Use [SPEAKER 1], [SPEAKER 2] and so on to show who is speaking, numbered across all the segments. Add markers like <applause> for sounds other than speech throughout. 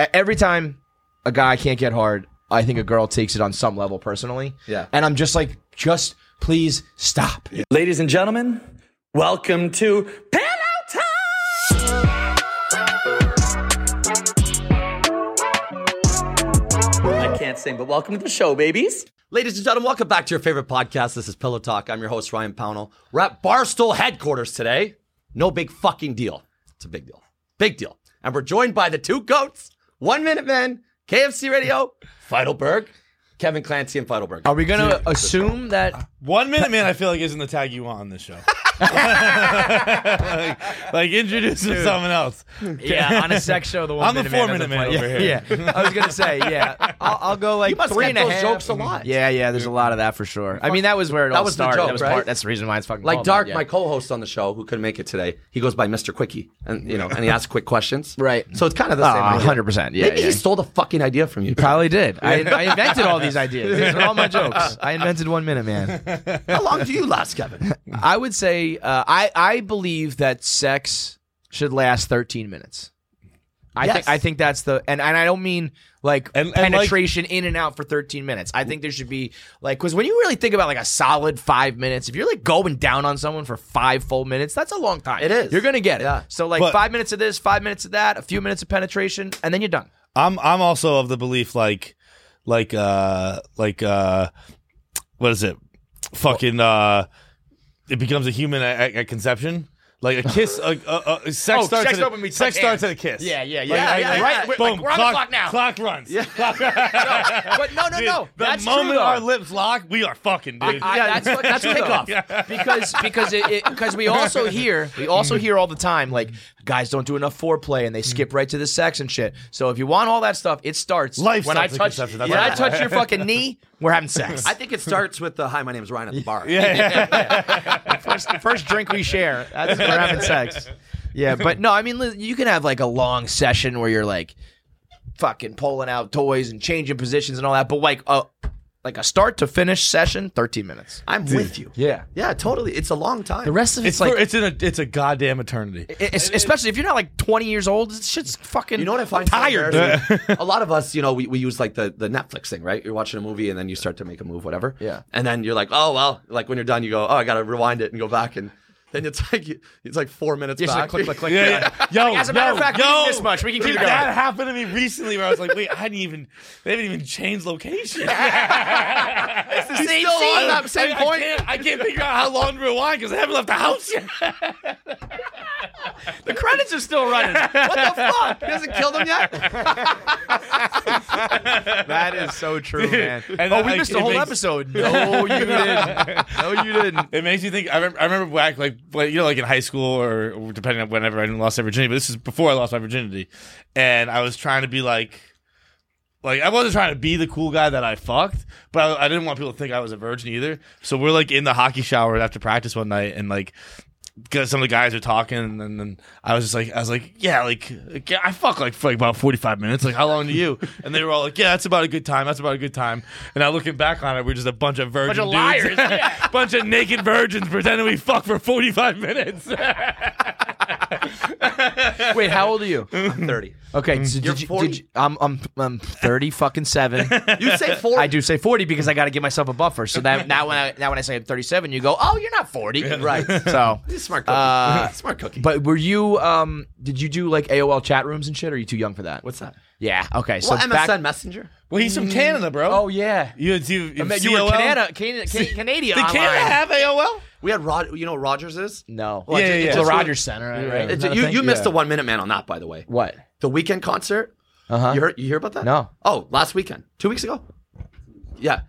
[SPEAKER 1] e- every time a guy can't get hard, I think a girl takes it on some level personally.
[SPEAKER 2] Yeah.
[SPEAKER 1] And I'm just like, just please stop.
[SPEAKER 3] Ladies and gentlemen, welcome to Pillow Time! I can't sing, but welcome to the show, babies.
[SPEAKER 2] Ladies and gentlemen, welcome back to your favorite podcast. This is Pillow Talk. I'm your host, Ryan Pownell. We're at Barstool headquarters today. No big fucking deal. It's a big deal. Big deal. And we're joined by the two goats, One Minute Men, KFC Radio, Feidelberg, Kevin Clancy, and Feidelberg.
[SPEAKER 1] Are we gonna assume that
[SPEAKER 4] One minute man, I feel like isn't the tag you want on this show. like, like introduce him to someone else.
[SPEAKER 1] <laughs> yeah on a sex show the one
[SPEAKER 4] I'm the four minute man over here.
[SPEAKER 1] yeah, yeah. I was gonna say yeah. <laughs> I'll, I'll go like
[SPEAKER 2] You must
[SPEAKER 1] three
[SPEAKER 2] get
[SPEAKER 1] and a half.
[SPEAKER 2] those jokes a lot.
[SPEAKER 1] Yeah, yeah. There's a lot of that for sure. I mean, that was where it all
[SPEAKER 2] was the
[SPEAKER 1] started.
[SPEAKER 2] joke,
[SPEAKER 1] that was
[SPEAKER 2] right?
[SPEAKER 1] part. That's the reason why it's fucking
[SPEAKER 2] Like
[SPEAKER 1] called
[SPEAKER 2] Dark,
[SPEAKER 1] that, yeah.
[SPEAKER 2] my co-host on the show, who couldn't make it today, he goes by Mr. Quickie, and you know, and he asks quick questions.
[SPEAKER 1] <laughs> Right.
[SPEAKER 2] So it's kind of the same.
[SPEAKER 1] Oh,
[SPEAKER 2] idea.
[SPEAKER 1] 100%. Yeah,
[SPEAKER 2] Maybe
[SPEAKER 1] yeah.
[SPEAKER 2] he stole the fucking idea from you.
[SPEAKER 1] Probably did. I, I invented all these ideas. These are all my
[SPEAKER 2] <laughs>
[SPEAKER 1] jokes. I invented one minute man.
[SPEAKER 2] How long do you last, Kevin?
[SPEAKER 1] I would say uh, I I believe that sex should last 13 minutes. I
[SPEAKER 2] Yes.
[SPEAKER 1] think I think that's the and, and I don't mean like
[SPEAKER 4] And- and, like-
[SPEAKER 1] penetration in and out for 13 minutes. I think there should be like because when you really think about like a solid five minutes, if you're like going down on someone for five full minutes, that's a long time.
[SPEAKER 2] It is.
[SPEAKER 1] You're gonna get it.
[SPEAKER 2] Yeah.
[SPEAKER 1] So like
[SPEAKER 4] But-
[SPEAKER 1] five minutes of this, five minutes of that, a few minutes of penetration, and then you're
[SPEAKER 4] <laughs>
[SPEAKER 1] done.
[SPEAKER 4] I'm I'm also of the belief like like uh like uh what is it? Fucking uh it becomes a human at, at conception. Like
[SPEAKER 1] <laughs>
[SPEAKER 4] a kiss, a, a, a sex
[SPEAKER 1] Oh,
[SPEAKER 4] starts.
[SPEAKER 1] sex
[SPEAKER 4] at a,
[SPEAKER 1] when we touch
[SPEAKER 4] sex
[SPEAKER 1] hands.
[SPEAKER 4] starts at a kiss.
[SPEAKER 1] Yeah, yeah,
[SPEAKER 4] Like,
[SPEAKER 1] yeah,
[SPEAKER 4] I-
[SPEAKER 1] yeah,
[SPEAKER 4] I-
[SPEAKER 1] right, like,
[SPEAKER 4] Boom.
[SPEAKER 1] we're on the clock now.
[SPEAKER 4] Clock runs. Yeah.
[SPEAKER 1] But no, no, no.
[SPEAKER 4] the
[SPEAKER 1] that's true,
[SPEAKER 4] moment
[SPEAKER 1] though.
[SPEAKER 4] our lips lock, we are fucking dude.
[SPEAKER 1] I,
[SPEAKER 2] Yeah.
[SPEAKER 1] that's what, that's
[SPEAKER 2] Kickoff.
[SPEAKER 1] kickoff because because it because we <laughs> also hear we also hear all the time like guys don't do enough foreplay and they skip right to the sex and shit. So if you want all that stuff, it starts
[SPEAKER 4] Life
[SPEAKER 1] when I
[SPEAKER 4] starts at
[SPEAKER 1] touch
[SPEAKER 4] conception,
[SPEAKER 1] when
[SPEAKER 4] that's
[SPEAKER 1] I
[SPEAKER 4] right.
[SPEAKER 1] touch your <laughs> fucking knee, we're having sex.
[SPEAKER 2] I think it starts with the hi, my name is Ryan at the <laughs> bar.
[SPEAKER 1] first, the first drink we share, that's we're having sex. Yeah, but no, I mean li- you can have like a long session where you're like fucking pulling out toys and changing positions and all that, but like a like a start to finish session, thirteen minutes.
[SPEAKER 2] I'm with you.
[SPEAKER 1] Yeah.
[SPEAKER 2] Yeah, totally. It's a long time.
[SPEAKER 1] The rest of it's,
[SPEAKER 4] it's
[SPEAKER 1] like
[SPEAKER 4] for, it's in a it's a goddamn eternity.
[SPEAKER 1] Es- especially if you're not like 20 years old, this shit's fucking.
[SPEAKER 2] you know what I find so
[SPEAKER 1] tired. <laughs>
[SPEAKER 2] embarrassing? a lot of us, you know, we, we use like the, the Netflix thing, right? You're watching a movie and then you start to make a move, whatever.
[SPEAKER 1] Yeah.
[SPEAKER 2] And then you're like, oh well, like when you're done, you go, oh, I gotta rewind it and go back, and then it's <laughs> like it's like four minutes
[SPEAKER 1] You're just
[SPEAKER 2] back.
[SPEAKER 1] like, click, click,
[SPEAKER 2] <laughs>
[SPEAKER 1] click.
[SPEAKER 4] Yeah. Yo,
[SPEAKER 1] As a matter
[SPEAKER 4] yo,
[SPEAKER 1] of fact, we
[SPEAKER 4] yo.
[SPEAKER 1] need this much. We can keep
[SPEAKER 4] Dude,
[SPEAKER 1] it going.
[SPEAKER 4] That happened to me recently where I was like, wait, I hadn't even, they haven't even changed <laughs> location.
[SPEAKER 1] It's the same
[SPEAKER 2] still on
[SPEAKER 1] scene.
[SPEAKER 2] that same
[SPEAKER 4] I,
[SPEAKER 2] point.
[SPEAKER 4] I can't, I can't figure out how long to rewind because I haven't left the house yet.
[SPEAKER 1] The credits are still running. What the fuck? He hasn't killed him yet? that is so true, man.
[SPEAKER 4] And
[SPEAKER 1] oh,
[SPEAKER 4] then,
[SPEAKER 1] we
[SPEAKER 4] like,
[SPEAKER 1] missed a
[SPEAKER 4] it
[SPEAKER 1] whole
[SPEAKER 4] makes-
[SPEAKER 1] episode. <laughs> No, you didn't. No, you didn't.
[SPEAKER 4] It makes me think. I remember, I remember back, like, like, you know, like in high school or, or depending on whenever I lost my virginity. But this is before I lost my virginity, and I was trying to be like, like I wasn't trying to be the cool guy that I fucked, but I, I didn't want people to think I was a virgin either. So we're like in the hockey shower after practice one night, and like. Because some of the guys are talking, and then then I was just like, I was like, yeah, like, like, yeah, I fuck like for like about forty five minutes. Like, how long do you? And they were all like, yeah, that's about a good time. That's about a good time. And now looking back on it, we're just a bunch of virgin
[SPEAKER 1] of
[SPEAKER 4] dudes.
[SPEAKER 1] liars, yeah.
[SPEAKER 4] <laughs> bunch of naked virgins pretending we fuck for 45 minutes. <laughs>
[SPEAKER 1] Wait, how old are you?
[SPEAKER 2] <laughs> I'm thirty.
[SPEAKER 1] Okay, so did you,
[SPEAKER 2] 40.
[SPEAKER 1] did you, I'm, I'm, I'm 30 fucking seven. <laughs>
[SPEAKER 2] You say four.
[SPEAKER 1] I do say 40 because I got to give myself a buffer. So that now when I now when I say I'm 37, you go, oh, you're not 40,
[SPEAKER 2] Right.
[SPEAKER 1] So
[SPEAKER 2] He's a smart cookie.
[SPEAKER 1] Uh,
[SPEAKER 2] smart cookie.
[SPEAKER 1] But were you um did you do like AOL chat rooms and shit? Or are you too young for that?
[SPEAKER 2] what's that?
[SPEAKER 1] Yeah. Okay. So
[SPEAKER 2] Well, MSN
[SPEAKER 1] back-
[SPEAKER 2] Messenger.
[SPEAKER 4] well, he's from Canada, bro.
[SPEAKER 1] Oh yeah.
[SPEAKER 4] You, you, you,
[SPEAKER 1] I mean, you were Canada, Canada, Can- Canadian
[SPEAKER 4] Did
[SPEAKER 1] online.
[SPEAKER 4] Canada have AOL?
[SPEAKER 2] We had Rod. You know what Rogers is.
[SPEAKER 1] no.
[SPEAKER 4] Yeah, yeah, yeah.
[SPEAKER 1] It's
[SPEAKER 4] Just
[SPEAKER 1] the Rogers Center. Right? right?
[SPEAKER 2] It's-
[SPEAKER 1] Is that a
[SPEAKER 2] you
[SPEAKER 1] thing?
[SPEAKER 2] you missed
[SPEAKER 4] Yeah.
[SPEAKER 2] the one minute man on that, by the way.
[SPEAKER 1] what?
[SPEAKER 2] The weekend concert.
[SPEAKER 1] Uh huh.
[SPEAKER 2] You heard? You hear about that?
[SPEAKER 1] No.
[SPEAKER 2] Oh, last weekend, two weeks ago. Yeah,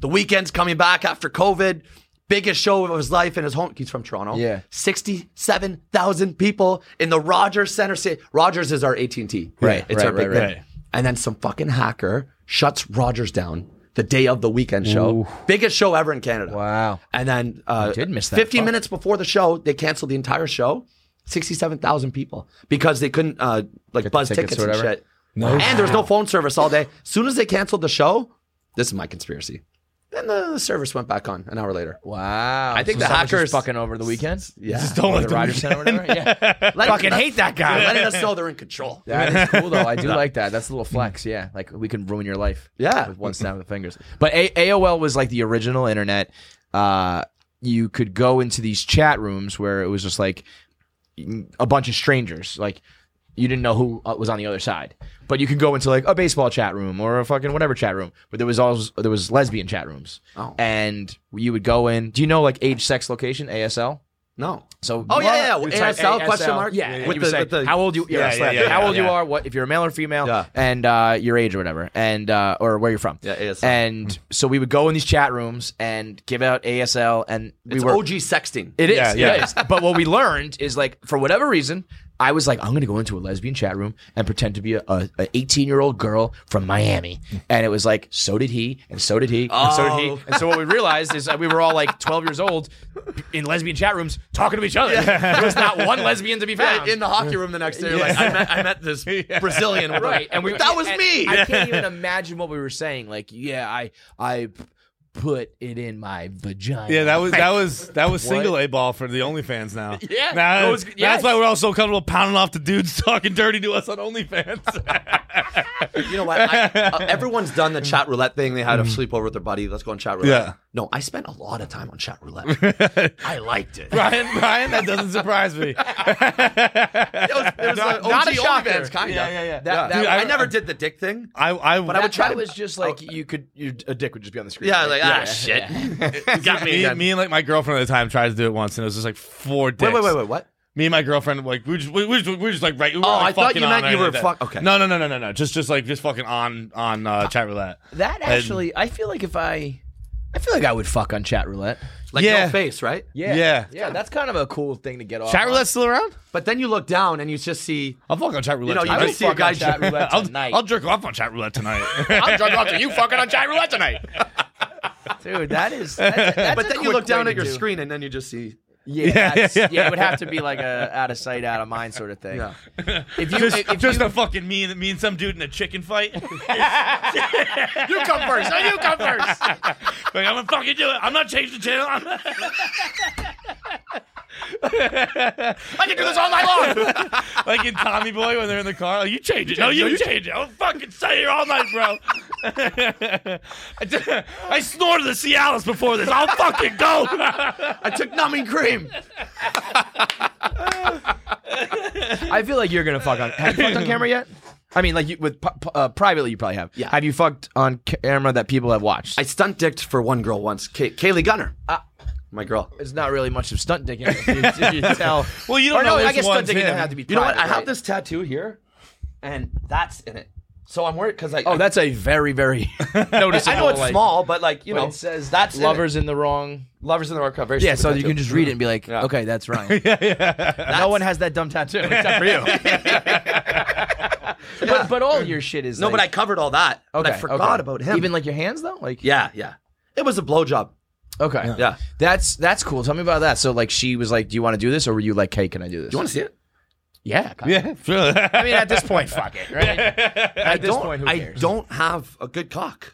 [SPEAKER 2] the weekend's coming back after COVID. Biggest show of his life in his home. He's from Toronto.
[SPEAKER 1] Yeah.
[SPEAKER 2] sixty-seven thousand people in the Rogers Center. Say Rogers is our AT and T.
[SPEAKER 1] Right,
[SPEAKER 2] It's
[SPEAKER 1] right,
[SPEAKER 2] our big
[SPEAKER 1] right,
[SPEAKER 2] thing.
[SPEAKER 4] right.
[SPEAKER 2] And then some fucking hacker shuts Rogers down the day of the weekend show. Biggest show ever in Canada.
[SPEAKER 1] Wow.
[SPEAKER 2] And then uh,
[SPEAKER 1] did miss that.
[SPEAKER 2] 15
[SPEAKER 1] Fuck.
[SPEAKER 2] minutes before the show, they canceled the entire show. 67,000 people because they couldn't uh, like buzz
[SPEAKER 1] tickets
[SPEAKER 2] tickets,
[SPEAKER 1] or
[SPEAKER 2] and
[SPEAKER 1] whatever?
[SPEAKER 2] shit. And there was no phone service all day. As soon as they canceled the show, this is my conspiracy. Then the service went back on an hour later.
[SPEAKER 1] Wow.
[SPEAKER 2] I think
[SPEAKER 1] So
[SPEAKER 2] the
[SPEAKER 1] someone just
[SPEAKER 2] hackers-
[SPEAKER 1] fucking over the weekend.
[SPEAKER 2] Yeah.
[SPEAKER 4] Just don't let
[SPEAKER 1] The <laughs>
[SPEAKER 4] the
[SPEAKER 1] Rogers Center, or whatever. Yeah.
[SPEAKER 2] Let-
[SPEAKER 1] fucking hate that
[SPEAKER 4] <laughs>
[SPEAKER 1] guy.
[SPEAKER 2] letting us know they're in control.
[SPEAKER 1] That is cool though. I
[SPEAKER 2] <laughs>
[SPEAKER 1] do like that. That's a little flex. Yeah, like we can ruin your life.
[SPEAKER 2] Hmm. Yeah.
[SPEAKER 1] with one snap of the fingers. But a- AOL was like the original internet. Uh, you could go into these chat rooms where it was just like a bunch of strangers. Like you didn't know who uh, was on the other side, but you could go into like a baseball chat room or a fucking whatever chat room. But there was also there was lesbian chat rooms,
[SPEAKER 2] Oh.
[SPEAKER 1] and you would go in. Do you know like age, sex, location, ASL?
[SPEAKER 2] No.
[SPEAKER 1] So
[SPEAKER 2] Oh, yeah, yeah, yeah.
[SPEAKER 1] You
[SPEAKER 2] With
[SPEAKER 1] type
[SPEAKER 2] ASL, question mark?
[SPEAKER 1] Yeah,
[SPEAKER 2] Yeah,
[SPEAKER 1] and
[SPEAKER 2] with
[SPEAKER 1] you
[SPEAKER 2] the-
[SPEAKER 1] say,
[SPEAKER 2] with the-
[SPEAKER 1] how old you?
[SPEAKER 4] Yeah,
[SPEAKER 1] Yeah,
[SPEAKER 4] yeah, yeah,
[SPEAKER 1] how
[SPEAKER 4] yeah,
[SPEAKER 1] old you
[SPEAKER 4] yeah.
[SPEAKER 1] are? What if you're a male or female?
[SPEAKER 2] Yeah.
[SPEAKER 1] and uh, your age or whatever, and uh, or where you're from.
[SPEAKER 2] Yeah, ASL.
[SPEAKER 1] And so we would go in these chat rooms and give out ASL, and we
[SPEAKER 2] It's
[SPEAKER 1] were
[SPEAKER 2] OG sexting.
[SPEAKER 1] it is,
[SPEAKER 4] Yeah, yeah.
[SPEAKER 1] it is. But what we learned is like for whatever reason, I was like, I'm gonna go into a lesbian chat room and pretend to be a, a, a 18 year old girl from Miami, and it was like, so did he, and so did he, and so did
[SPEAKER 2] Oh.
[SPEAKER 1] he, and so what we realized is that we were all like 12 years old in lesbian chat rooms talking to each other. There was not one lesbian to be found.
[SPEAKER 2] in the hockey room the next day, you're like I met, I met this Brazilian, woman.
[SPEAKER 1] Right, and we,
[SPEAKER 2] that was
[SPEAKER 1] and
[SPEAKER 2] me.
[SPEAKER 1] I can't even imagine what we were saying. Like, yeah, I, I p- put it in my vagina.
[SPEAKER 4] Yeah, that was that was that was single A ball for the
[SPEAKER 2] <laughs>
[SPEAKER 4] OnlyFans now.
[SPEAKER 1] Yeah,
[SPEAKER 4] now
[SPEAKER 1] that was- yes.
[SPEAKER 4] that's why we're all so comfortable pounding off the dudes <laughs> talking dirty to us on
[SPEAKER 2] <laughs>
[SPEAKER 4] OnlyFans.
[SPEAKER 2] You know what? I, uh, everyone's done the chat roulette thing. They had
[SPEAKER 1] Mm-hmm.
[SPEAKER 2] a sleepover with their buddy. Let's go on chat roulette.
[SPEAKER 4] Yeah.
[SPEAKER 2] No, I spent a lot of time on chat roulette.
[SPEAKER 1] <laughs>
[SPEAKER 2] I liked it.
[SPEAKER 4] Brian, Brian, that doesn't surprise me.
[SPEAKER 2] It was, it was
[SPEAKER 1] Not-
[SPEAKER 2] an OG
[SPEAKER 1] not a shocker.
[SPEAKER 2] OnlyFans kind of.
[SPEAKER 4] Yeah, yeah, yeah.
[SPEAKER 1] That- that-
[SPEAKER 4] Dude,
[SPEAKER 2] I,
[SPEAKER 4] I-
[SPEAKER 2] never did the dick thing.
[SPEAKER 4] I, I,
[SPEAKER 2] But I would try
[SPEAKER 1] That
[SPEAKER 2] to. Oh.
[SPEAKER 1] was just like you could, your a dick would just be on the screen.
[SPEAKER 2] yeah,
[SPEAKER 1] right?
[SPEAKER 2] like
[SPEAKER 1] <laughs>
[SPEAKER 2] ah shit,
[SPEAKER 4] <laughs>
[SPEAKER 2] You got me.
[SPEAKER 4] me,
[SPEAKER 2] again.
[SPEAKER 4] me and like my girlfriend at the time tried to do it once, and it was just like four dicks.
[SPEAKER 2] wait, wait, wait, wait. What?
[SPEAKER 4] Me and my girlfriend like we were just, we were just, we were just like right. We were,
[SPEAKER 2] Oh,
[SPEAKER 4] like,
[SPEAKER 2] I thought
[SPEAKER 4] fucking
[SPEAKER 2] you meant
[SPEAKER 4] on
[SPEAKER 2] you
[SPEAKER 4] right
[SPEAKER 2] were
[SPEAKER 4] there.
[SPEAKER 2] fuck- okay.
[SPEAKER 4] No, no, no, no, no, no. Just just like just fucking on on uh, chat roulette.
[SPEAKER 1] That actually, I feel like if I, I feel like I would fuck on chat roulette.
[SPEAKER 2] Like
[SPEAKER 4] Yeah.
[SPEAKER 2] no face, right?
[SPEAKER 1] Yeah,
[SPEAKER 4] Yeah.
[SPEAKER 1] yeah. That's kind of a cool thing to get off.
[SPEAKER 4] Chat
[SPEAKER 1] on.
[SPEAKER 4] roulette's still around?
[SPEAKER 2] But then you look down and you just
[SPEAKER 1] <laughs>
[SPEAKER 2] see.
[SPEAKER 4] I'll fuck on chat roulette.
[SPEAKER 2] know, you
[SPEAKER 4] tonight.
[SPEAKER 2] just see a
[SPEAKER 4] I'll fuck
[SPEAKER 2] guy
[SPEAKER 4] on
[SPEAKER 2] chat
[SPEAKER 1] roulette
[SPEAKER 4] <laughs> I'll-
[SPEAKER 1] tonight.
[SPEAKER 4] I'll jerk off on chat roulette tonight.
[SPEAKER 2] <laughs>
[SPEAKER 4] I'll jerk off to you fucking on chat roulette tonight.
[SPEAKER 1] dude. That <laughs> is. That's, that's
[SPEAKER 2] But
[SPEAKER 1] a
[SPEAKER 2] then you
[SPEAKER 1] quick
[SPEAKER 2] look down
[SPEAKER 1] way
[SPEAKER 2] at
[SPEAKER 1] to
[SPEAKER 2] your
[SPEAKER 1] do.
[SPEAKER 2] screen and then you just see.
[SPEAKER 1] Yeah, <laughs> that's- yeah, It would have to be like a out of sight, out of mind sort of thing. <laughs>
[SPEAKER 2] Yeah.
[SPEAKER 1] If you,
[SPEAKER 4] Just,
[SPEAKER 1] if
[SPEAKER 4] just
[SPEAKER 1] you,
[SPEAKER 4] a fucking me and me and some dude in a
[SPEAKER 1] <laughs>
[SPEAKER 4] chicken fight.
[SPEAKER 1] you come first. No, you come first.
[SPEAKER 4] Like, I'm gonna fucking do it. I'm not changing the channel. I'm I can do this all night long. <laughs> like in Tommy Boy when they're in the car, like, you change it. No, you, change it. I'll fucking stay here all night, bro. <laughs> I, did, I snorted the Cialis before this. I'll fucking
[SPEAKER 1] <laughs>
[SPEAKER 4] go.
[SPEAKER 2] I took numbing <laughs> cream.
[SPEAKER 1] I feel like you're gonna fuck on. Have you fucked on camera yet? I mean, like you, with pu- pu- uh, privately, you probably have.
[SPEAKER 2] Yeah.
[SPEAKER 1] Have you fucked on camera that people have watched?
[SPEAKER 2] I stunt dicked for one girl once, Kay- Kaylee Gunner.
[SPEAKER 1] Uh,
[SPEAKER 2] my girl.
[SPEAKER 1] it's not really much of stunt dicking. If you, if you <laughs> tell.
[SPEAKER 4] Well, you don't
[SPEAKER 1] or
[SPEAKER 4] know
[SPEAKER 1] No, I
[SPEAKER 4] which
[SPEAKER 1] guess stunt
[SPEAKER 4] one's
[SPEAKER 1] dicking doesn't
[SPEAKER 4] him.
[SPEAKER 1] have to be.
[SPEAKER 2] You know what?
[SPEAKER 1] private,
[SPEAKER 2] I have
[SPEAKER 1] right?
[SPEAKER 2] this tattoo here, and that's in it. So I'm worried because I.
[SPEAKER 1] Oh, that's a very, <laughs> very noticeable.
[SPEAKER 2] I know it's
[SPEAKER 1] like-
[SPEAKER 2] small, but like you
[SPEAKER 1] but
[SPEAKER 2] know,
[SPEAKER 1] it says
[SPEAKER 2] that's in
[SPEAKER 1] lovers in the wrong.
[SPEAKER 2] it. lovers in the dark. Very
[SPEAKER 1] Yeah,
[SPEAKER 2] stupid
[SPEAKER 1] so you
[SPEAKER 2] tattoo.
[SPEAKER 1] can just read it and be like, okay,
[SPEAKER 2] <laughs>
[SPEAKER 1] that's Ryan. No one has that dumb tattoo <laughs> except for you. but, but all your shit is
[SPEAKER 2] No, but I
[SPEAKER 1] like-
[SPEAKER 2] covered all that. but I
[SPEAKER 1] okay, okay.
[SPEAKER 2] forgot about him.
[SPEAKER 1] Even like your hands though, like
[SPEAKER 2] yeah, yeah. It was a blowjob.
[SPEAKER 1] okay,
[SPEAKER 2] Yeah.
[SPEAKER 1] That's that's cool. Tell me about that. So like she was like, "Do you want to do this?" Or were you like, "Hey, can I do this?"
[SPEAKER 2] You want to see it?
[SPEAKER 1] yeah. kinda.
[SPEAKER 4] Yeah, sure.
[SPEAKER 1] I mean, at this point, fuck it. Right?
[SPEAKER 2] <laughs>
[SPEAKER 1] at this
[SPEAKER 2] don't,
[SPEAKER 1] point, who
[SPEAKER 2] I
[SPEAKER 1] cares?
[SPEAKER 2] don't have a good
[SPEAKER 1] <laughs>
[SPEAKER 2] cock,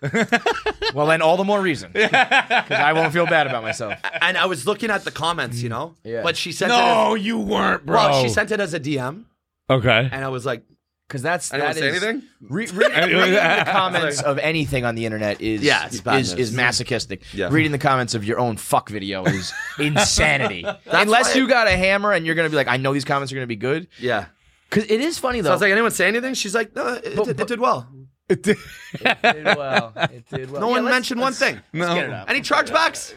[SPEAKER 1] Well, then all the more reason because I won't feel bad about
[SPEAKER 2] <laughs>
[SPEAKER 1] myself.
[SPEAKER 2] and I was looking at the comments, you know.
[SPEAKER 1] Mm, Yeah.
[SPEAKER 2] But she sent it.
[SPEAKER 4] no,
[SPEAKER 2] As,
[SPEAKER 4] you weren't, bro.
[SPEAKER 2] well, she sent it as a DM,
[SPEAKER 1] <laughs>
[SPEAKER 4] Okay.
[SPEAKER 2] and I was like,
[SPEAKER 1] Because that's
[SPEAKER 2] I didn't
[SPEAKER 1] that
[SPEAKER 2] say
[SPEAKER 1] is-
[SPEAKER 2] anything?
[SPEAKER 1] Re-
[SPEAKER 2] <laughs>
[SPEAKER 1] re- reading the comments of anything on the internet is
[SPEAKER 2] Yeah, it's bad
[SPEAKER 1] is,
[SPEAKER 2] news.
[SPEAKER 1] is masochistic.
[SPEAKER 2] Yeah.
[SPEAKER 1] Reading the comments of your own fuck video
[SPEAKER 2] <laughs>
[SPEAKER 1] is insanity. Unless
[SPEAKER 2] why-
[SPEAKER 1] you got a hammer and you're gonna be like, I know these comments are gonna be good.
[SPEAKER 2] "Yeah."
[SPEAKER 1] Because it is funny
[SPEAKER 2] So I
[SPEAKER 1] though.
[SPEAKER 2] was like, "Anyone say anything?" She's like, "No, it, it, it did well.
[SPEAKER 1] it did <laughs> well. It did well.
[SPEAKER 2] No
[SPEAKER 1] Yeah,
[SPEAKER 2] one
[SPEAKER 1] let's-
[SPEAKER 2] mentioned one thing.
[SPEAKER 4] no.
[SPEAKER 1] <laughs>
[SPEAKER 2] Any chargebacks?"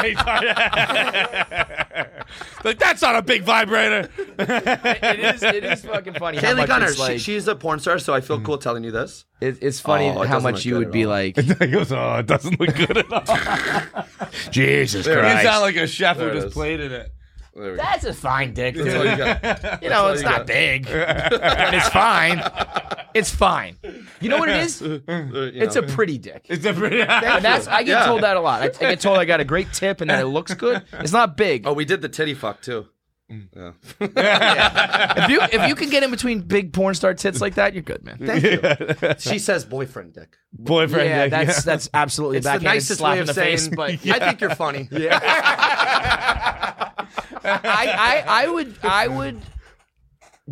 [SPEAKER 4] Hey, <laughs> like that's not a big vibrator. <laughs>
[SPEAKER 1] It is. It is fucking funny. how
[SPEAKER 2] Kaylee
[SPEAKER 1] much
[SPEAKER 2] Gunner,
[SPEAKER 1] it's like- Hmm.
[SPEAKER 2] she, she's a porn star, so I feel cool telling you this.
[SPEAKER 1] It, it's funny
[SPEAKER 2] Oh, it
[SPEAKER 1] how
[SPEAKER 2] doesn't
[SPEAKER 1] much
[SPEAKER 2] look
[SPEAKER 1] you
[SPEAKER 2] good
[SPEAKER 1] would
[SPEAKER 2] at
[SPEAKER 1] be
[SPEAKER 2] all.
[SPEAKER 1] like,
[SPEAKER 4] he goes, oh, it doesn't look good at all. <laughs>
[SPEAKER 1] Jesus
[SPEAKER 4] You
[SPEAKER 1] Christ.
[SPEAKER 4] sound like a chef
[SPEAKER 2] There
[SPEAKER 4] who
[SPEAKER 2] it
[SPEAKER 4] just
[SPEAKER 2] is.
[SPEAKER 4] played in it.
[SPEAKER 1] That's a fine dick. Dude.
[SPEAKER 2] That's all you
[SPEAKER 1] <laughs>
[SPEAKER 2] got.
[SPEAKER 1] you know,
[SPEAKER 2] all
[SPEAKER 1] it's
[SPEAKER 2] you
[SPEAKER 1] not
[SPEAKER 2] got.
[SPEAKER 1] big,
[SPEAKER 4] <laughs>
[SPEAKER 1] but it's fine. It's fine. You know what it
[SPEAKER 2] <laughs>
[SPEAKER 1] is? It's a pretty dick.
[SPEAKER 4] It's a pretty.
[SPEAKER 1] And that's I get
[SPEAKER 2] Yeah.
[SPEAKER 1] told that a lot. I, I get told I got a great tip and that it looks good. It's not big.
[SPEAKER 2] Oh, we did the titty fuck too.
[SPEAKER 1] If you if you can get in between big porn star tits like that, you're good, man.
[SPEAKER 2] Thank you. she says boyfriend dick.
[SPEAKER 4] <laughs> Boyfriend.
[SPEAKER 1] yeah,
[SPEAKER 4] dick,
[SPEAKER 1] that's that's absolutely
[SPEAKER 2] It's the
[SPEAKER 1] backhanded
[SPEAKER 2] nicest
[SPEAKER 1] slap
[SPEAKER 2] way
[SPEAKER 1] in
[SPEAKER 2] of
[SPEAKER 1] the
[SPEAKER 2] saying,
[SPEAKER 1] face,
[SPEAKER 2] but <laughs> I think you're funny.
[SPEAKER 1] I, I, I would I would